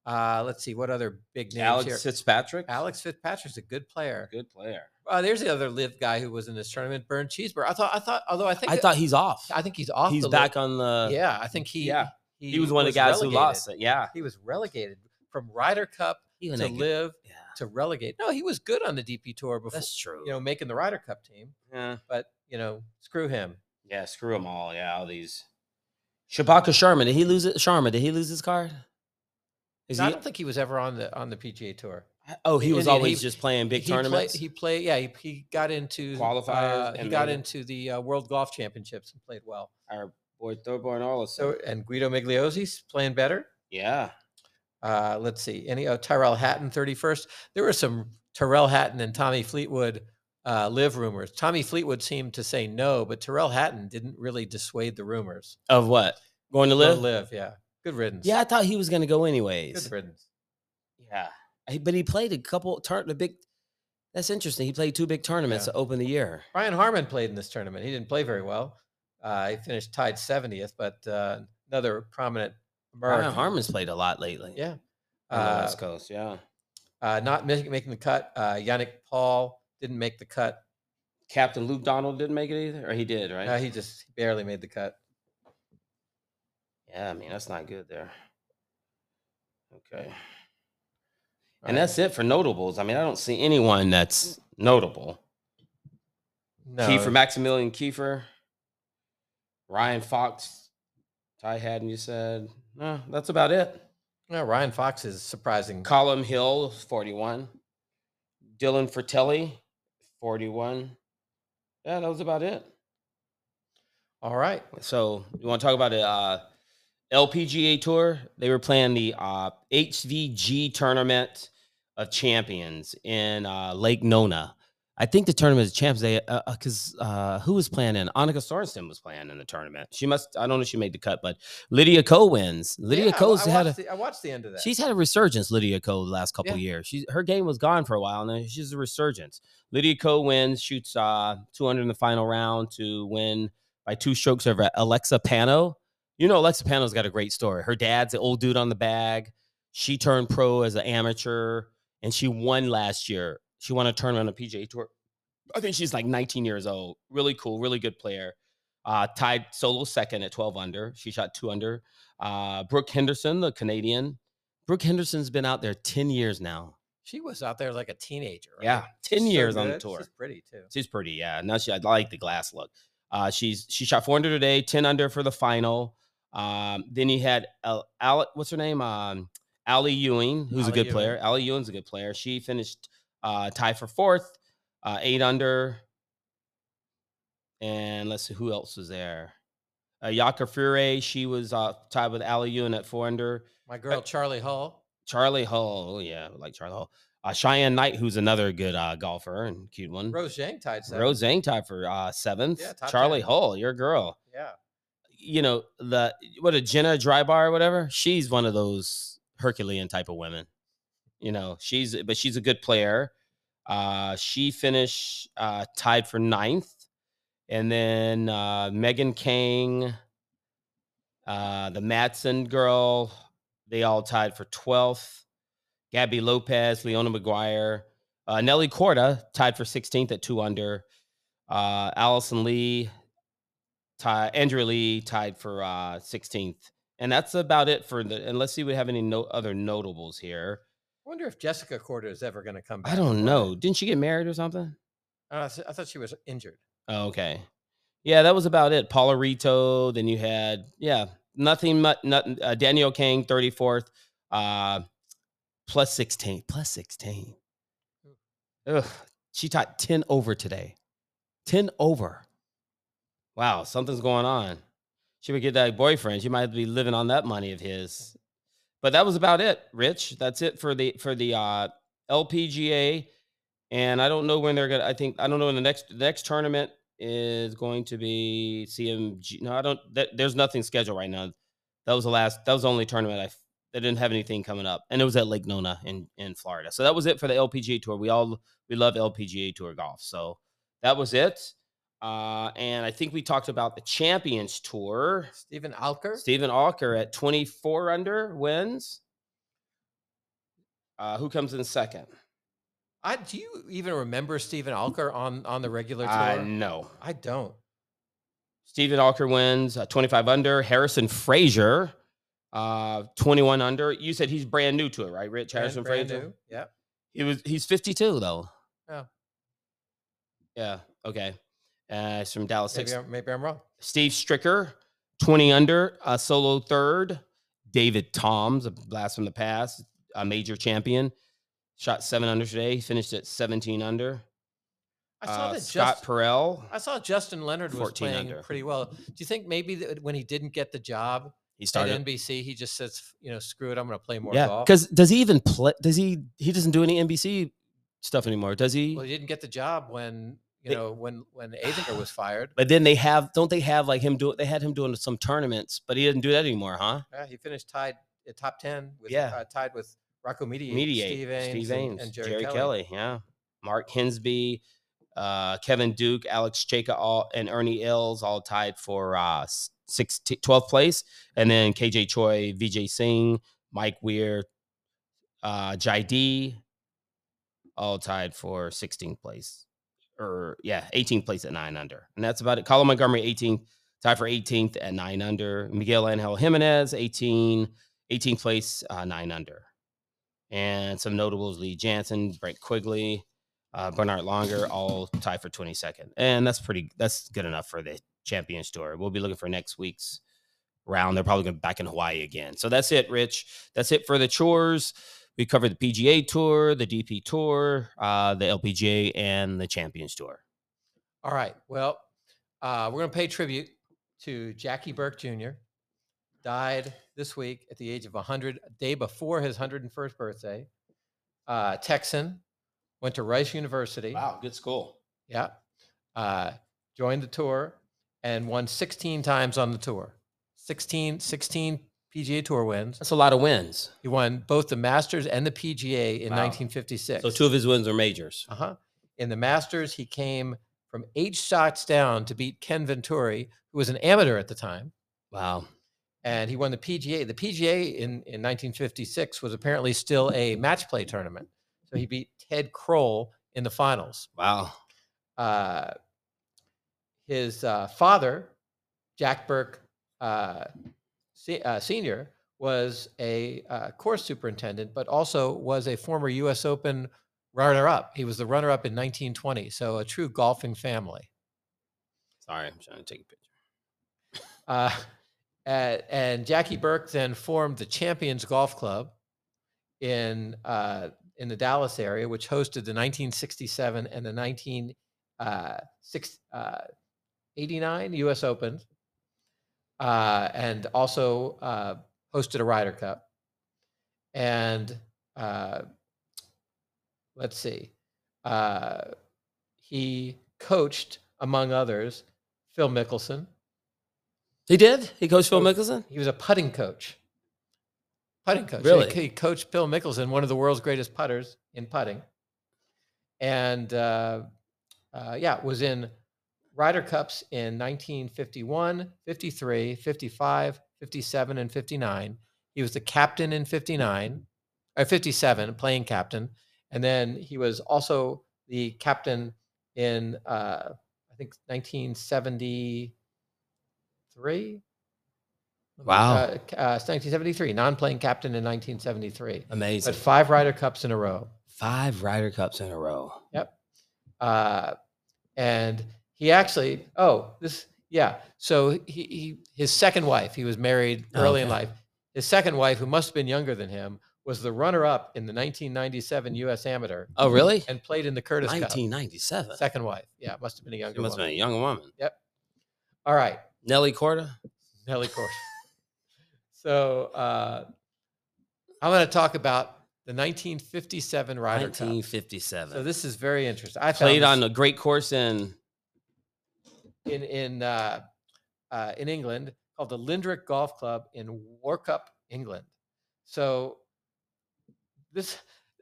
[SPEAKER 1] Uh, let's see what other big names
[SPEAKER 2] Alex
[SPEAKER 1] here.
[SPEAKER 2] Fitzpatrick.
[SPEAKER 1] Alex Fitzpatrick's a good player.
[SPEAKER 2] Good player.
[SPEAKER 1] Uh, there's the other live guy who was in this tournament, Burn Cheeseburger. I thought, I thought, although I think
[SPEAKER 2] I thought he's off.
[SPEAKER 1] uh, I think he's off.
[SPEAKER 2] he's
[SPEAKER 1] the
[SPEAKER 2] back on the
[SPEAKER 1] Live. Yeah, I think he.
[SPEAKER 2] Yeah. He was one of the guys who
[SPEAKER 1] relegated.
[SPEAKER 2] lost it. Yeah.
[SPEAKER 1] He was relegated from Ryder Cup
[SPEAKER 2] He
[SPEAKER 1] to live
[SPEAKER 2] Yeah.
[SPEAKER 1] to relegate. No, he was good on the DP tour before.
[SPEAKER 2] That's true.
[SPEAKER 1] you know, making the Ryder Cup team,
[SPEAKER 2] yeah.
[SPEAKER 1] but you know, screw him.
[SPEAKER 2] Yeah, screw them all. Yeah, all these. Shabaka Sharma, did he lose it? Sharma, did he lose his card? Is
[SPEAKER 1] No, I
[SPEAKER 2] he?
[SPEAKER 1] don't think he was ever on the on the PGA tour.
[SPEAKER 2] Oh, he
[SPEAKER 1] in
[SPEAKER 2] was
[SPEAKER 1] Indian,
[SPEAKER 2] always
[SPEAKER 1] he-
[SPEAKER 2] just playing big
[SPEAKER 1] he
[SPEAKER 2] tournaments.
[SPEAKER 1] Played, he played. Yeah, he, he got into
[SPEAKER 2] Qualifiers
[SPEAKER 1] Uh, he
[SPEAKER 2] and
[SPEAKER 1] got
[SPEAKER 2] made it.
[SPEAKER 1] into the uh, World Golf Championships and played well.
[SPEAKER 2] Our boy Thorborn Arliss.
[SPEAKER 1] So and Guido Migliozzi's playing better.
[SPEAKER 2] yeah,
[SPEAKER 1] Uh, let's see. Any oh, Tyrell Hatton, thirty first. There were some Tyrell Hatton and Tommy Fleetwood uh, live rumors. Tommy Fleetwood seemed to say no, but Tyrell Hatton didn't really dissuade the rumors.
[SPEAKER 2] of what? Going to
[SPEAKER 1] Go
[SPEAKER 2] live?
[SPEAKER 1] live, yeah. Good riddance.
[SPEAKER 2] Yeah, I thought he was going to go
[SPEAKER 1] good
[SPEAKER 2] anyways.
[SPEAKER 1] riddance.
[SPEAKER 2] Yeah, He- but he played a couple turn the big. That's interesting. He played two big tournaments
[SPEAKER 1] Yeah.
[SPEAKER 2] to open the year.
[SPEAKER 1] Brian Harmon played in this tournament. He didn't play very well. Uh, he finished tied 70th, but uh, another prominent American.
[SPEAKER 2] Brian Harmon's played a lot lately.
[SPEAKER 1] Yeah.
[SPEAKER 2] on the
[SPEAKER 1] Uh,
[SPEAKER 2] West Coast. Yeah,
[SPEAKER 1] uh, not making, making the cut. Uh, Yannick Paul didn't make the cut.
[SPEAKER 2] Captain Luke Donald didn't make it either, or he did, right?
[SPEAKER 1] Uh, he just barely made the cut.
[SPEAKER 2] Yeah, I mean, that's not good there. Okay.
[SPEAKER 1] Right.
[SPEAKER 2] And that's it for notables. I mean, I don't see anyone that's notable.
[SPEAKER 1] no,
[SPEAKER 2] Kiefer, Maximilian Kiefer, Ryan Fox, Ty Haddon, you said. No, that's about it.
[SPEAKER 1] no, Ryan Fox is surprising.
[SPEAKER 2] Colin Hill, 41. Dylan Fratelli, 41. Yeah, that was about it.
[SPEAKER 1] All right.
[SPEAKER 2] So you want to talk about the uh, LPGA tour? They were playing the uh, HVG tournament of champions in uh, Lake Nona. I think the tournament is champs. They because uh, who was playing in? Annika Sorensen was playing in the tournament. She must. I don't know. if She made the cut, but Lydia Ko wins. Lydia
[SPEAKER 1] Yeah, I-
[SPEAKER 2] Ko's
[SPEAKER 1] I,
[SPEAKER 2] had a.
[SPEAKER 1] watched the, I watched the end of that.
[SPEAKER 2] She's had a resurgence, Lydia Ko, the last couple
[SPEAKER 1] Yeah.
[SPEAKER 2] years. She's her game was gone for a while, and then she's a resurgence. Lydia Ko wins, shoots uh 200 in the final round to win by two strokes over Alexa Pano. You know, Alexa Pano's got a great story. Her dad's the old dude on the bag. She turned pro as an amateur, and she won last year. She won a tournament on the PGA Tour. I think she's like 19 years old. Really cool, really good player. Uh, tied solo second at 12 under. She shot two under. Uh, Brooke Henderson, the Canadian, Brooke Henderson's been out there 10 years now.
[SPEAKER 1] she was out there like a teenager. right?
[SPEAKER 2] Yeah. 10
[SPEAKER 1] She's so
[SPEAKER 2] years on the
[SPEAKER 1] good.
[SPEAKER 2] tour.
[SPEAKER 1] She's pretty too.
[SPEAKER 2] She's pretty, yeah. Now she I like the glass look. Uh, she's she shot 400 today, 10 under for the final. Um, then you had Al, Al what's her name? Um, Allie Ewing, who's
[SPEAKER 1] Allie
[SPEAKER 2] a good
[SPEAKER 1] Ewing.
[SPEAKER 2] player. Allie Ewing's a good player. She finished uh, tied for fourth, uh, eight under. And let's see who else was there. Uh, Yaka Fure, she was uh, tied with Allie Ewing at four under.
[SPEAKER 1] My girl Charlie Hull.
[SPEAKER 2] Charlie Hull, yeah, I like Charlie Hull. Uh, Uh, Cheyenne Knight, who's another good uh, golfer and cute one.
[SPEAKER 1] Rose Zhang tied seven.
[SPEAKER 2] Rose Zhang tied for uh, seventh.
[SPEAKER 1] Yeah, top
[SPEAKER 2] Charlie
[SPEAKER 1] ten.
[SPEAKER 2] Hull, your girl.
[SPEAKER 1] Yeah.
[SPEAKER 2] You know the what a Jenna Drybar or whatever. She's one of those Herculean type of women. You know she's but she's a good player. Uh, she finished uh, tied for ninth, and then uh, Megan Kang, uh, the Matson girl, they all tied for twelfth. Gabby Lopez, Leona McGuire, uh, Nelly Corda tied for 16th at two under. Uh, Allison Lee, tie, Andrew Lee tied for uh, 16th. And that's about it for the. And let's see, if we have any no, other notables here.
[SPEAKER 1] I wonder if Jessica Corder is ever going to come back.
[SPEAKER 2] I
[SPEAKER 1] and
[SPEAKER 2] don't
[SPEAKER 1] play.
[SPEAKER 2] know. Didn't she get married or something?
[SPEAKER 1] Uh, I s- I thought she was injured.
[SPEAKER 2] Oh, okay. Yeah, that was about it. Paula Rito. Then you had, yeah, nothing much. Nothing, uh, Daniel Kang, 34th, uh, plus 16. Plus 16. Ugh, she taught 10 over today. 10 over. Wow, something's going on. She would get that boyfriend. She might be living on that money of his. But that was about it, Rich. That's it for the for the uh, LPGA. And I don't know when they're gonna. I think I don't know when the next the next tournament is going to be CMG. No, I don't. That, there's nothing scheduled right now. That was the last. That was the only tournament I. f- They didn't have anything coming up, and it was at Lake Nona in in Florida. So that was it for the LPGA tour. We all we love LPGA tour golf. So that was it. Uh, and I think we talked about the Champions Tour.
[SPEAKER 1] Stephen Alker.
[SPEAKER 2] Stephen Alker at 24 under wins. Uh, who comes in second?
[SPEAKER 1] I, do you even remember Stephen Alker on on the regular tour?
[SPEAKER 2] Uh, no.
[SPEAKER 1] I don't.
[SPEAKER 2] Steven Alker wins uh, 25 under. Harrison Frazier, uh, 21 under. You said he's brand new to it, right, Rich?
[SPEAKER 1] Brand-
[SPEAKER 2] Harrison
[SPEAKER 1] brand
[SPEAKER 2] Frazier.
[SPEAKER 1] new, Yeah.
[SPEAKER 2] He was he's 52 though.
[SPEAKER 1] Oh.
[SPEAKER 2] Yeah. Okay. Uh, he's from Dallas,
[SPEAKER 1] Maybe
[SPEAKER 2] Texas.
[SPEAKER 1] I'm, maybe I'm wrong.
[SPEAKER 2] Steve Stricker, 20 under, uh, solo third. David Toms, a blast from the past, a major champion, shot seven under today. He finished at 17 under.
[SPEAKER 1] I saw
[SPEAKER 2] Uh,
[SPEAKER 1] that
[SPEAKER 2] Scott
[SPEAKER 1] Justin,
[SPEAKER 2] Perrell.
[SPEAKER 1] I saw Justin Leonard was
[SPEAKER 2] 14
[SPEAKER 1] playing
[SPEAKER 2] under.
[SPEAKER 1] pretty well. Do you think maybe that when he didn't get the job
[SPEAKER 2] He
[SPEAKER 1] at
[SPEAKER 2] started.
[SPEAKER 1] NBC, he just says, "F- you know, screw it, I'm going to play more
[SPEAKER 2] Yeah,
[SPEAKER 1] golf.
[SPEAKER 2] because does he even play? Does he? He doesn't do any NBC stuff anymore, does he?
[SPEAKER 1] Well, he didn't get the job when you
[SPEAKER 2] They-
[SPEAKER 1] know when when Azinger was fired.
[SPEAKER 2] but then they have, don't they have like him do? They had him doing some tournaments, but he didn't do that anymore, huh?
[SPEAKER 1] Yeah, he finished tied at top ten. With,
[SPEAKER 2] Yeah.
[SPEAKER 1] uh, tied with Rocco Mediate,
[SPEAKER 2] Mediate,
[SPEAKER 1] Steve Ames, and- and, Jerry, Kelly.
[SPEAKER 2] yeah, Mark Hinsby, uh, Kevin Duke, Alex Chaka, all and Ernie Ills all tied for uh, s- 16 12th place, and then KJ Choi, VJ Singh, Mike Weir, uh, Jai D, all tied for 16th place. Or yeah, 18th place at nine under, and that's about it. Colin Montgomery 18th, tied for 18th at nine under. Miguel Angel Jimenez 18, 18th place, uh, nine under, and some notables: Lee Jansen, Brent Quigley, uh, Bernard Longer, all tied for 22nd, and that's pretty. That's good enough for the Champions Tour. We'll be looking for next week's round. They're probably going to be back in Hawaii again. So that's it, Rich. That's it for the chores. We covered the PGA Tour, the DP Tour, uh, the LPGA, and the Champions Tour.
[SPEAKER 1] All right. Well, uh, we're going to pay tribute to Jackie Burke Jr. Died this week at the age of 100, a day before his 101st birthday. Uh, Texan, went to Rice University.
[SPEAKER 2] good school.
[SPEAKER 1] Yeah. Uh, joined the tour and won 16 times on the tour. 16, 16 PGA Tour wins.
[SPEAKER 2] That's a lot of wins.
[SPEAKER 1] He won both the Masters and the PGA in
[SPEAKER 2] Wow.
[SPEAKER 1] 1956.
[SPEAKER 2] So two of his wins are majors.
[SPEAKER 1] Uh huh. In the Masters, he came from eight shots down to beat Ken Venturi, who was an amateur at the time,
[SPEAKER 2] Wow.
[SPEAKER 1] and he won the PGA. The PGA in, in 1956 was apparently still a match play tournament, so he beat Ted Kroll in the finals.
[SPEAKER 2] Wow.
[SPEAKER 1] Uh, his uh, father, Jack Burke uh, se- uh, Senior, was a uh, course superintendent, but also was a former U.S. Open runner-up. He was the runner-up in 1920, so a true golfing family.
[SPEAKER 2] Sorry, I'm trying to take a picture.
[SPEAKER 1] Uh, a- and Jackie Burke then formed the Champions Golf Club in uh, in the Dallas area, which hosted the 1967 and the 1989 uh, six- uh, 89 U.S. Opens, uh, and also uh, hosted a Ryder Cup. And uh, let's see. Uh, he coached, among others, Phil Mickelson.
[SPEAKER 2] He did. He coached Phil
[SPEAKER 1] Oh,
[SPEAKER 2] Mickelson.
[SPEAKER 1] He was a putting coach. Putting coach. Yeah,
[SPEAKER 2] Really?
[SPEAKER 1] He coached Phil Mickelson, one of the world's greatest putters in putting. And uh, uh, yeah, was in Ryder Cups in 1951, 53, 55, 57, and 59. He was the captain in 59 or 57, playing captain. And then he was also the captain in, uh, I think, 1973.
[SPEAKER 2] Wow.
[SPEAKER 1] Uh, c- uh, 1973, non playing captain in 1973.
[SPEAKER 2] Amazing.
[SPEAKER 1] But five Ryder Cups in a row.
[SPEAKER 2] Five Ryder Cups in a row.
[SPEAKER 1] Uh, and he actually, oh, this, yeah. So he, he his second wife, he was married early in
[SPEAKER 2] Oh, Okay.
[SPEAKER 1] life. His second wife, who must have been younger than him, was the runner up in the 1997 U.S. Amateur
[SPEAKER 2] Oh, really?
[SPEAKER 1] and played in the Curtis Cup.
[SPEAKER 2] 1997.
[SPEAKER 1] Second wife. Yeah, must have been a younger
[SPEAKER 2] She must have
[SPEAKER 1] woman.
[SPEAKER 2] been a young woman.
[SPEAKER 1] All right.
[SPEAKER 2] Nelly Corda.
[SPEAKER 1] Nelly Corda. so uh, I'm going to talk about the 1957 Ryder Cup.
[SPEAKER 2] 1957.
[SPEAKER 1] So this is very interesting. I
[SPEAKER 2] Played on
[SPEAKER 1] found
[SPEAKER 2] a great course in.
[SPEAKER 1] this in in uh, uh, in England called the Lindrick Golf Club in Warkup, England. So this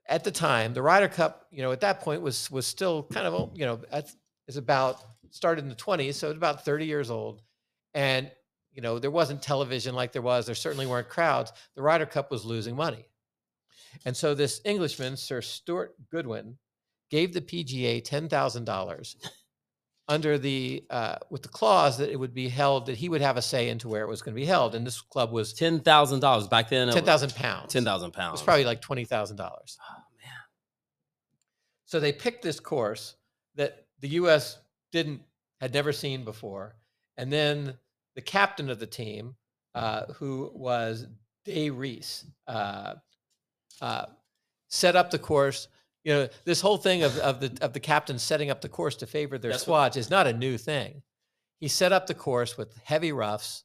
[SPEAKER 1] at the time the Ryder Cup, you know, at that point was was still kind of you know at, is about started in the 20s, so it's about 30 years old, and you know there wasn't television like there was. There certainly weren't crowds. The Ryder Cup was losing money, and so this Englishman, Sir Stuart Goodwin, gave the PGA ten thousand dollars under the uh, with the clause that it would be held that he would have a say into where it was going to be held, and this club was
[SPEAKER 2] Ten thousand dollars back then. it
[SPEAKER 1] ten
[SPEAKER 2] was
[SPEAKER 1] thousand pounds.
[SPEAKER 2] Ten thousand pounds.
[SPEAKER 1] It's probably like twenty thousand dollars.
[SPEAKER 2] Oh, man.
[SPEAKER 1] So they picked this course that the U.S. didn't had never seen before, and then the captain of the team, uh, who was Day Reese, uh, uh, set up the course. You know, this whole thing of, of the of the captain setting up the course to favor their
[SPEAKER 2] That's what-
[SPEAKER 1] squads is not a new thing. He set up the course with heavy roughs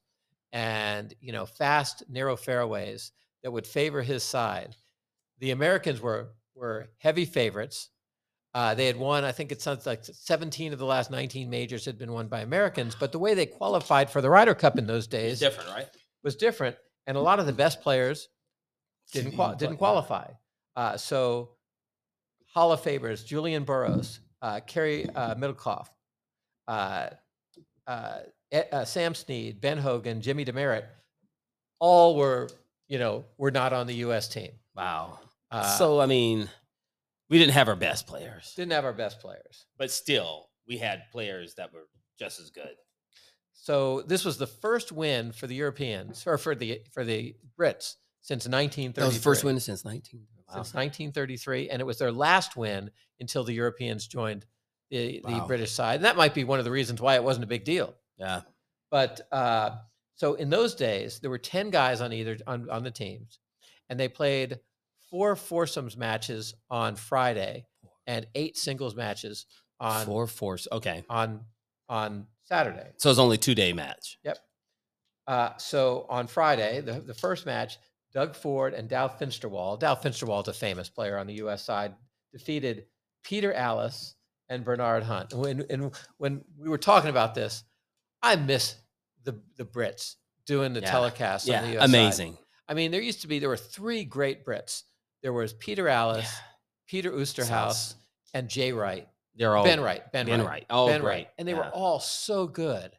[SPEAKER 1] and you know fast narrow fairways that would favor his side. The Americans were were heavy favorites. Uh, they had won, I think it sounds like 17 of the last 19 majors had been won by Americans, but the way they qualified for the Ryder Cup in those
[SPEAKER 2] It's
[SPEAKER 1] days
[SPEAKER 2] different, right?
[SPEAKER 1] was different, and a lot of the best players didn't qual- didn't qualify. Uh, so, Hall of Famers: Julian Burroughs, uh, Kerry uh, Middlecoff, uh, uh, E- uh, Sam Snead, Ben Hogan, Jimmy Demerit, all were you know were not on the U.S. team.
[SPEAKER 2] Wow.
[SPEAKER 1] Uh,
[SPEAKER 2] so I mean, we didn't have our best players,
[SPEAKER 1] didn't have our best players.
[SPEAKER 2] but still, we had players that were just as good.
[SPEAKER 1] So this was the first win for the Europeans or for the for the Brits since 1933.
[SPEAKER 2] That was the first win since nineteen.
[SPEAKER 1] since 1933, and it was their last win until the Europeans joined the, the
[SPEAKER 2] Wow.
[SPEAKER 1] British side. And that might be one of the reasons why it wasn't a big deal.
[SPEAKER 2] Yeah.
[SPEAKER 1] But uh, so in those days, there were 10 guys on either on, on the teams, and they played four foursomes matches on Friday and eight singles matches on
[SPEAKER 2] Four force. Okay.
[SPEAKER 1] on on Saturday.
[SPEAKER 2] So it's only two day match.
[SPEAKER 1] Uh, so on Friday, the, the first match, Doug Ford and Dow Finsterwall. Dow Finsterwall's a famous player on the U.S. side. Defeated Peter Alice and Bernard Hunt. When and when we were talking about this, I miss the the Brits doing the
[SPEAKER 2] Yeah.
[SPEAKER 1] telecast on the
[SPEAKER 2] yeah.
[SPEAKER 1] U.S. side.
[SPEAKER 2] Amazing.
[SPEAKER 1] I mean, there used to be there were three great Brits. There was Peter Alice, Peter Oosterhouse,
[SPEAKER 2] Sounds-
[SPEAKER 1] and Jay Wright.
[SPEAKER 2] They're all
[SPEAKER 1] ben Wright. Ben,
[SPEAKER 2] Oh, Ben
[SPEAKER 1] Wright.
[SPEAKER 2] Wright. Oh,
[SPEAKER 1] Ben
[SPEAKER 2] great.
[SPEAKER 1] Wright, and they were
[SPEAKER 2] Yeah.
[SPEAKER 1] all so good.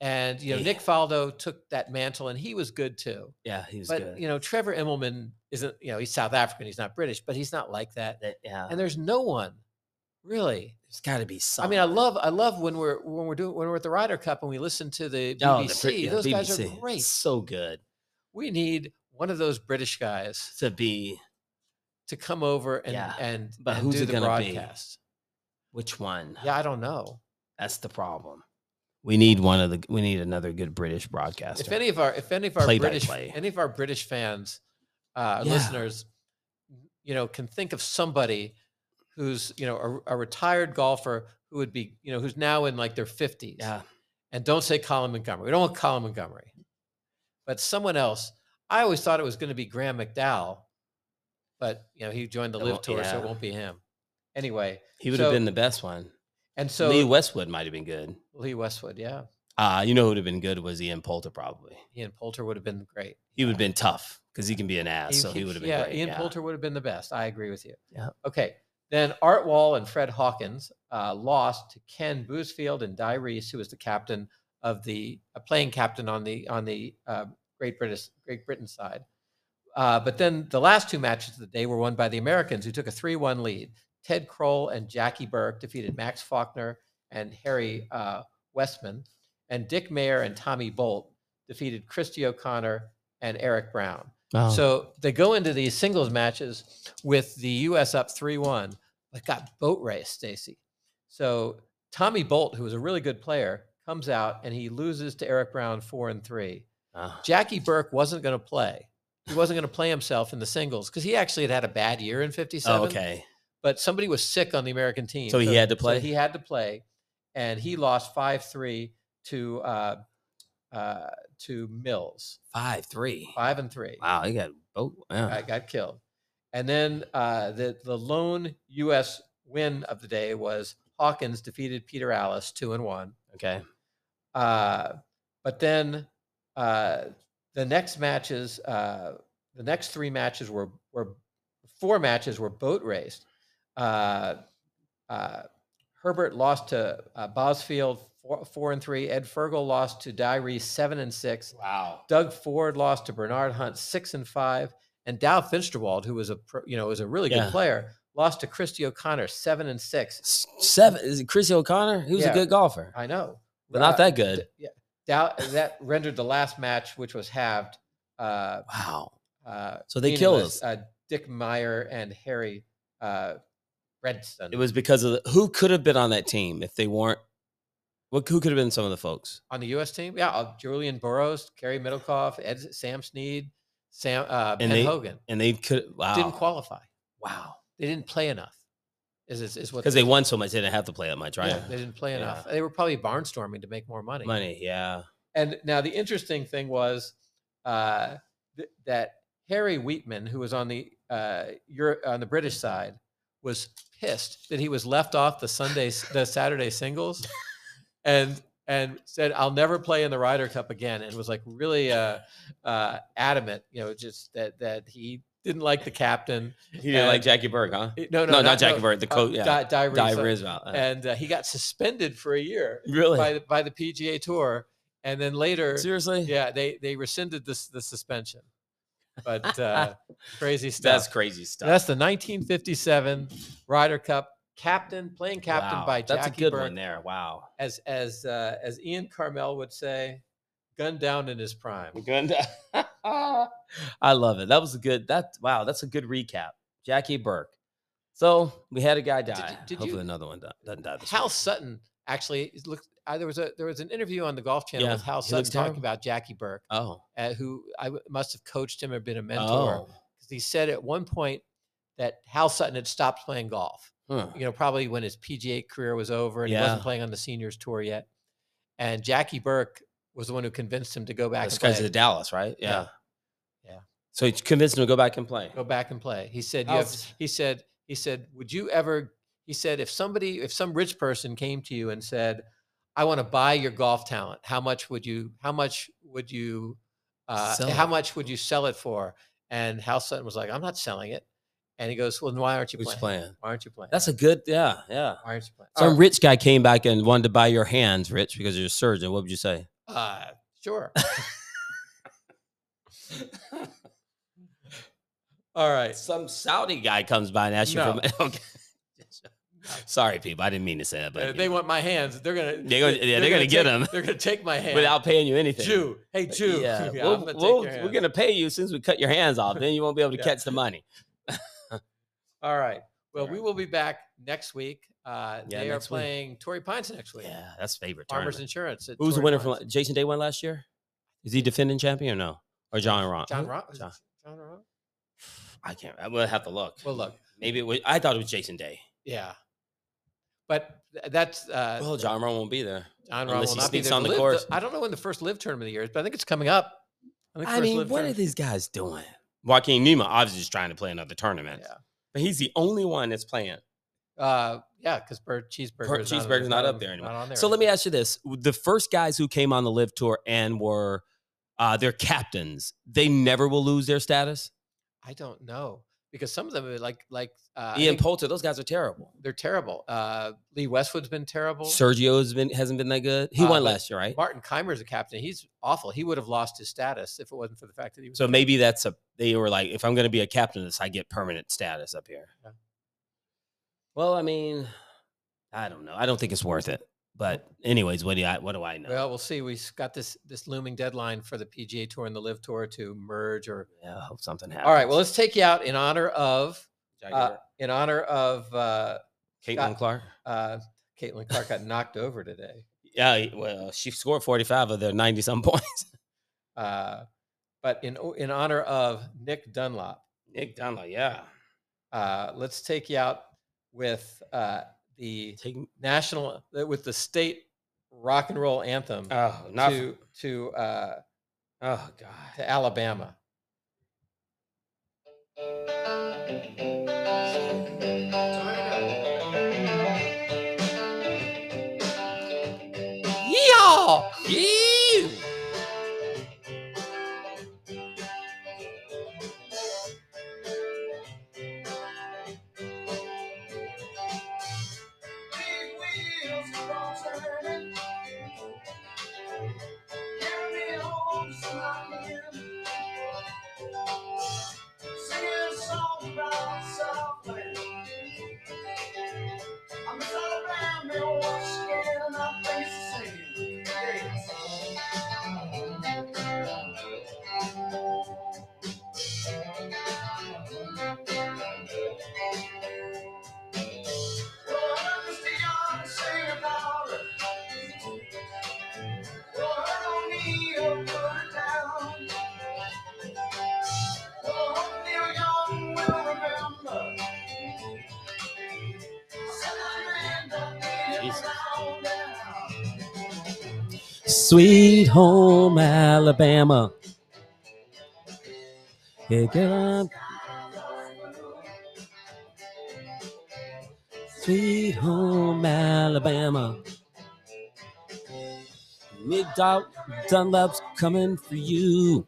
[SPEAKER 1] And you know,
[SPEAKER 2] Yeah.
[SPEAKER 1] Nick Faldo took that mantle, and he was good too.
[SPEAKER 2] Yeah, he was
[SPEAKER 1] But
[SPEAKER 2] good.
[SPEAKER 1] you know, Trevor Immelman isn't. You know, he's South African. He's not British, but he's not like that.
[SPEAKER 2] That- yeah.
[SPEAKER 1] And there's no one really.
[SPEAKER 2] There's got to be
[SPEAKER 1] I
[SPEAKER 2] some.
[SPEAKER 1] mean, I love, I love when we're when we're doing when we're at the Ryder Cup and we listen to the BBC.
[SPEAKER 2] Oh, the Brit- yeah,
[SPEAKER 1] Those guys are
[SPEAKER 2] BBC.
[SPEAKER 1] great.
[SPEAKER 2] So good
[SPEAKER 1] We need one of those British guys
[SPEAKER 2] to be.
[SPEAKER 1] to come over and
[SPEAKER 2] Yeah,
[SPEAKER 1] and,
[SPEAKER 2] but
[SPEAKER 1] and
[SPEAKER 2] who's
[SPEAKER 1] do
[SPEAKER 2] it
[SPEAKER 1] the
[SPEAKER 2] gonna be?
[SPEAKER 1] broadcast.
[SPEAKER 2] Which one?
[SPEAKER 1] Yeah, I don't know.
[SPEAKER 2] That's the problem. We need one of the. We need another good British broadcaster.
[SPEAKER 1] if any of our if any of our British
[SPEAKER 2] Play-by-play.
[SPEAKER 1] any of our British fans, uh,
[SPEAKER 2] Yeah.
[SPEAKER 1] listeners, you know, can think of somebody who's you know a, a retired golfer who would be you know who's now in like their fifties,
[SPEAKER 2] yeah.
[SPEAKER 1] and don't say Colin Montgomery. We don't want Colin Montgomery, but someone else. I always thought it was going to be Graham McDowell, but you know he joined the
[SPEAKER 2] It
[SPEAKER 1] Live
[SPEAKER 2] won't-
[SPEAKER 1] Tour, so it
[SPEAKER 2] yeah.
[SPEAKER 1] won't be him. Anyway,
[SPEAKER 2] He would have
[SPEAKER 1] So-
[SPEAKER 2] been the best one.
[SPEAKER 1] and so
[SPEAKER 2] Lee
[SPEAKER 1] Lee,
[SPEAKER 2] Westwood might have been good.
[SPEAKER 1] Westwood, yeah,
[SPEAKER 2] Uh, you know who would have been good was Ian Poulter probably.
[SPEAKER 1] Ian Poulter would have been great.
[SPEAKER 2] He would have been tough because he can be an ass, so he would have been
[SPEAKER 1] yeah.
[SPEAKER 2] great.
[SPEAKER 1] Ian
[SPEAKER 2] yeah.
[SPEAKER 1] Poulter would have been the best. I agree with you.
[SPEAKER 2] Yeah.
[SPEAKER 1] Okay. Then Art Wall and Fred Hawkins uh, lost to Ken Boosfield and Di Reese, who was the captain of the uh, playing captain on the on the uh, Great British Great Britain side. Uh, but then the last two matches of the day were won by the Americans, who took a three-one lead. Ted Kroll and Jackie Burke defeated Max Faulkner and Harry uh, Westman, and Dick Mayer and Tommy Bolt defeated Christy O'Connor and Eric Brown.
[SPEAKER 2] Oh.
[SPEAKER 1] So they go into these singles matches with the U.S. up 3 1, but got boat raced, Stacy. So Tommy Bolt, who was a really good player, comes out and he loses to Eric Brown 4 and 3.
[SPEAKER 2] Ah.
[SPEAKER 1] Jackie Burke wasn't going to play. He wasn't going to play himself in the singles because he actually had had a bad year in 57.
[SPEAKER 2] Oh, okay.
[SPEAKER 1] But somebody was sick on the American team.
[SPEAKER 2] So he had to play?
[SPEAKER 1] he had to play. And he lost 5 3 to, uh, uh, to Mills,
[SPEAKER 2] Five three.
[SPEAKER 1] 5 and 3.
[SPEAKER 2] Wow, he got both. Wow.
[SPEAKER 1] I got killed. And then uh, the the lone U.S. win of the day was Hawkins defeated Peter Alice two and one.
[SPEAKER 2] Okay.
[SPEAKER 1] Uh, but then uh, the next matches, uh, the next three matches were were four matches were boat raced. Uh, uh, Herbert lost to uh, Bosfield four, four and three. Ed Fergal lost to Diary seven and six.
[SPEAKER 2] Wow.
[SPEAKER 1] Doug Ford lost to Bernard Hunt six and five, and Dow Finsterwald, who was a pro- you know was a really
[SPEAKER 2] Yeah.
[SPEAKER 1] good player, lost to Christy O'Connor seven and six.
[SPEAKER 2] S- Seven is it Chrissy O'Connor? He was
[SPEAKER 1] Yeah.
[SPEAKER 2] a good golfer,
[SPEAKER 1] I know,
[SPEAKER 2] but not
[SPEAKER 1] Uh,
[SPEAKER 2] that good.
[SPEAKER 1] d- yeah, Dow that rendered the last match, which was halved. Uh,
[SPEAKER 2] Wow.
[SPEAKER 1] uh,
[SPEAKER 2] So they killed
[SPEAKER 1] meaningless.
[SPEAKER 2] us.
[SPEAKER 1] Uh, Dick Meyer and Harry uh, Redstone.
[SPEAKER 2] It was because of the, who could have been on that team if they weren't. What who could have been some of the folks?
[SPEAKER 1] on the U.S. team. Yeah, uh, Julian Burroughs, Kerry Middlecoff, Ed, Sam Snead, Sam uh, Ben
[SPEAKER 2] they-
[SPEAKER 1] Hogan
[SPEAKER 2] And they could wow
[SPEAKER 1] didn't qualify.
[SPEAKER 2] wow
[SPEAKER 1] They didn't play enough. Is is, is what
[SPEAKER 2] because
[SPEAKER 1] the-
[SPEAKER 2] they won so much they didn't have to play that much, right?
[SPEAKER 1] Yeah, they didn't play
[SPEAKER 2] Yeah.
[SPEAKER 1] enough. They were probably barnstorming to make more money.
[SPEAKER 2] Money, yeah.
[SPEAKER 1] And now the interesting thing was uh, th- that Harry Wheatman, who was on the uh, Euro- on the British side, was pissed that he was left off the Sunday s- the Saturday singles, and and said I'll never play in the Ryder Cup again, and was like really uh, uh, adamant, you know, just that that he didn't like the captain.
[SPEAKER 2] He didn't like
[SPEAKER 1] And-
[SPEAKER 2] Jackie Burke, huh?
[SPEAKER 1] Eh, No, no,
[SPEAKER 2] No, not Jackie Bird, the coach, yeah.
[SPEAKER 1] Di, Di
[SPEAKER 2] Di
[SPEAKER 1] Risa.
[SPEAKER 2] Risdale, uh,
[SPEAKER 1] and uh, he got suspended for a year
[SPEAKER 2] really?
[SPEAKER 1] by the, by the PGA Tour, and then later,
[SPEAKER 2] Seriously?
[SPEAKER 1] yeah, they they rescinded this the suspension. But uh, crazy stuff.
[SPEAKER 2] That's crazy stuff.
[SPEAKER 1] That's the 1957 Ryder Cup captain, playing captain
[SPEAKER 2] Wow,
[SPEAKER 1] by Jackie
[SPEAKER 2] That's a good
[SPEAKER 1] Burke,
[SPEAKER 2] one there. Wow.
[SPEAKER 1] as as uh, as Ian Carmel would say, gunned down in his prime.
[SPEAKER 2] I love it. That was a good. That wow. That's a good recap. Jackie Burke. So we had a guy
[SPEAKER 1] you-
[SPEAKER 2] die.
[SPEAKER 1] did you-
[SPEAKER 2] Hopefully another one do- doesn't die. This
[SPEAKER 1] Hal
[SPEAKER 2] week.
[SPEAKER 1] Sutton actually is- looked. Uh, there was a there was an interview on the Golf Channel
[SPEAKER 2] Yeah,
[SPEAKER 1] with Hal
[SPEAKER 2] he
[SPEAKER 1] Sutton
[SPEAKER 2] looks
[SPEAKER 1] talking
[SPEAKER 2] terrible.
[SPEAKER 1] about Jackie Burke,
[SPEAKER 2] Oh.
[SPEAKER 1] uh, who I w- must have coached him or been a mentor.
[SPEAKER 2] Oh.
[SPEAKER 1] because he said at one point that Hal Sutton had stopped playing golf.
[SPEAKER 2] Huh.
[SPEAKER 1] You know, probably when his PGA career was over and he
[SPEAKER 2] Yeah.
[SPEAKER 1] wasn't playing on the seniors tour yet. And Jackie Burke was the one who convinced him to go back
[SPEAKER 2] That's
[SPEAKER 1] and
[SPEAKER 2] because
[SPEAKER 1] play.
[SPEAKER 2] of Dallas, right?
[SPEAKER 1] Yeah.
[SPEAKER 2] Yeah.
[SPEAKER 1] Yeah.
[SPEAKER 2] So he convinced him to go back and play.
[SPEAKER 1] go back and play. He said, you
[SPEAKER 2] Hal
[SPEAKER 1] have,
[SPEAKER 2] S-
[SPEAKER 1] he said, he said, would you ever, he said, if somebody, if some rich person came to you and said, I want to buy your golf talent, how much would you, how much would you, uh,
[SPEAKER 2] Sell
[SPEAKER 1] how
[SPEAKER 2] it.
[SPEAKER 1] much would you sell it for? And Hal Sutton was like, I'm not selling it. And he goes, well, then why aren't you
[SPEAKER 2] Who's
[SPEAKER 1] playing?
[SPEAKER 2] playing?
[SPEAKER 1] Why aren't you playing?
[SPEAKER 2] That's a good. Yeah. Yeah.
[SPEAKER 1] Why aren't you playing?
[SPEAKER 2] Some
[SPEAKER 1] Or,
[SPEAKER 2] rich guy came back and wanted to buy your hands, Rich, because you're a surgeon. What would you say?
[SPEAKER 1] uh, sure. All right.
[SPEAKER 2] Some Saudi guy comes by and asks you
[SPEAKER 1] No.
[SPEAKER 2] for. Okay. Sorry, people. I didn't mean to say that, but
[SPEAKER 1] Uh,
[SPEAKER 2] you
[SPEAKER 1] they
[SPEAKER 2] know,
[SPEAKER 1] want my hands. They're gonna.
[SPEAKER 2] They're gonna- yeah, they're gonna
[SPEAKER 1] take,
[SPEAKER 2] get 'em.
[SPEAKER 1] They're gonna take my hand.
[SPEAKER 2] without paying you anything.
[SPEAKER 1] Jew. Hey, Jew.
[SPEAKER 2] Yeah,
[SPEAKER 1] Yeah,
[SPEAKER 2] we'll-
[SPEAKER 1] I'm gonna take
[SPEAKER 2] we'll-
[SPEAKER 1] your
[SPEAKER 2] we're
[SPEAKER 1] hand.
[SPEAKER 2] gonna pay you since we cut your hands off. Then you won't be able to
[SPEAKER 1] Yeah.
[SPEAKER 2] catch the money.
[SPEAKER 1] All right. Well,
[SPEAKER 2] All
[SPEAKER 1] we will be back next week. Uh,
[SPEAKER 2] Yeah,
[SPEAKER 1] they are
[SPEAKER 2] next week.
[SPEAKER 1] playing Torrey Pines next week.
[SPEAKER 2] Yeah, that's favorite.
[SPEAKER 1] Farmers
[SPEAKER 2] tournament.
[SPEAKER 1] Insurance. at
[SPEAKER 2] Who was the
[SPEAKER 1] Torrey
[SPEAKER 2] winner from
[SPEAKER 1] Pines.
[SPEAKER 2] la- Jason Day won last year? Is he defending champion or no? Or John Ron?
[SPEAKER 1] John
[SPEAKER 2] who?
[SPEAKER 1] Rock? John, John
[SPEAKER 2] John.
[SPEAKER 1] Rock?
[SPEAKER 2] I can't. I'm gonna have to look.
[SPEAKER 1] Well, look.
[SPEAKER 2] Maybe it was, I thought it was Jason Day.
[SPEAKER 1] Yeah. But th- that's uh,
[SPEAKER 2] Well, John Ron won't be there.
[SPEAKER 1] John Ron
[SPEAKER 2] unless
[SPEAKER 1] will
[SPEAKER 2] he
[SPEAKER 1] not be
[SPEAKER 2] sneaks
[SPEAKER 1] there.
[SPEAKER 2] on the
[SPEAKER 1] live-
[SPEAKER 2] course.
[SPEAKER 1] I don't know when the first live tournament of the year is, but I think it's coming up. think
[SPEAKER 2] I
[SPEAKER 1] first
[SPEAKER 2] mean,
[SPEAKER 1] Live
[SPEAKER 2] what are
[SPEAKER 1] tournament-
[SPEAKER 2] these guys doing? Joaquin Nima obviously is trying to play another tournament,
[SPEAKER 1] Yeah.
[SPEAKER 2] but he's the only one that's playing
[SPEAKER 1] Uh, yeah, because bird cheeseburger
[SPEAKER 2] Per-
[SPEAKER 1] is on-
[SPEAKER 2] cheeseburger's not up
[SPEAKER 1] on-
[SPEAKER 2] there anymore.
[SPEAKER 1] not on there
[SPEAKER 2] So let me
[SPEAKER 1] anymore.
[SPEAKER 2] ask you this: the first guys who came on the live tour and were uh, their captains, they never will lose their status.
[SPEAKER 1] I don't know because some of them are like like uh, I
[SPEAKER 2] Ian
[SPEAKER 1] think
[SPEAKER 2] Poulter, those guys are terrible.
[SPEAKER 1] they're terrible. Uh, Lee Westwood's been terrible.
[SPEAKER 2] Sergio has been hasn't been that good. He
[SPEAKER 1] Uh,
[SPEAKER 2] won
[SPEAKER 1] but
[SPEAKER 2] last year, right?
[SPEAKER 1] Martin Keimer's a captain. He's awful. He would have lost his status if it wasn't for the fact that he was.
[SPEAKER 2] So maybe that's a they were like, if I'm going to be a captain, of this I get permanent status up here.
[SPEAKER 3] Well, I mean,
[SPEAKER 2] I don't know. I don't think it's worth it. But anyways, what do I what do I know?
[SPEAKER 1] Well, we'll see. We've got this this looming deadline for the PGA Tour and the Live Tour to merge. Or
[SPEAKER 2] yeah, I hope something happens.
[SPEAKER 1] all right, well, let's take you out in honor of
[SPEAKER 2] Jackie
[SPEAKER 1] uh,
[SPEAKER 2] Burke.
[SPEAKER 1] in honor of uh,
[SPEAKER 2] Caitlin
[SPEAKER 1] Scott-
[SPEAKER 2] Clark.
[SPEAKER 1] uh, Caitlin Clark got knocked over today.
[SPEAKER 2] Yeah, well, she scored 45 of their 90 some points.
[SPEAKER 1] Uh, but in o- in honor of Nick Dunlop,
[SPEAKER 2] Nick Donald, yeah.
[SPEAKER 1] uh, let's take you out with uh, the
[SPEAKER 2] Take,
[SPEAKER 1] national uh, with the state rock and roll anthem
[SPEAKER 2] oh, not
[SPEAKER 1] to to uh,
[SPEAKER 2] Oh god.
[SPEAKER 1] to Alabama. Yeehaw! Yee!
[SPEAKER 2] Sweet home Alabama. Pick up Sweet home Alabama. Nick Dun- Dunlap's coming for you.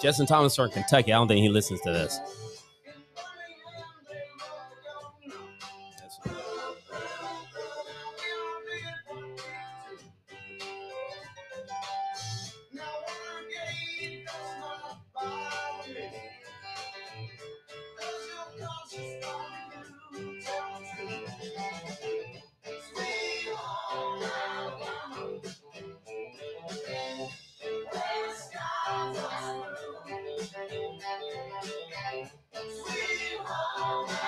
[SPEAKER 2] Justin Thomas from Kentucky. I don't think he listens to this.
[SPEAKER 4] Sweet home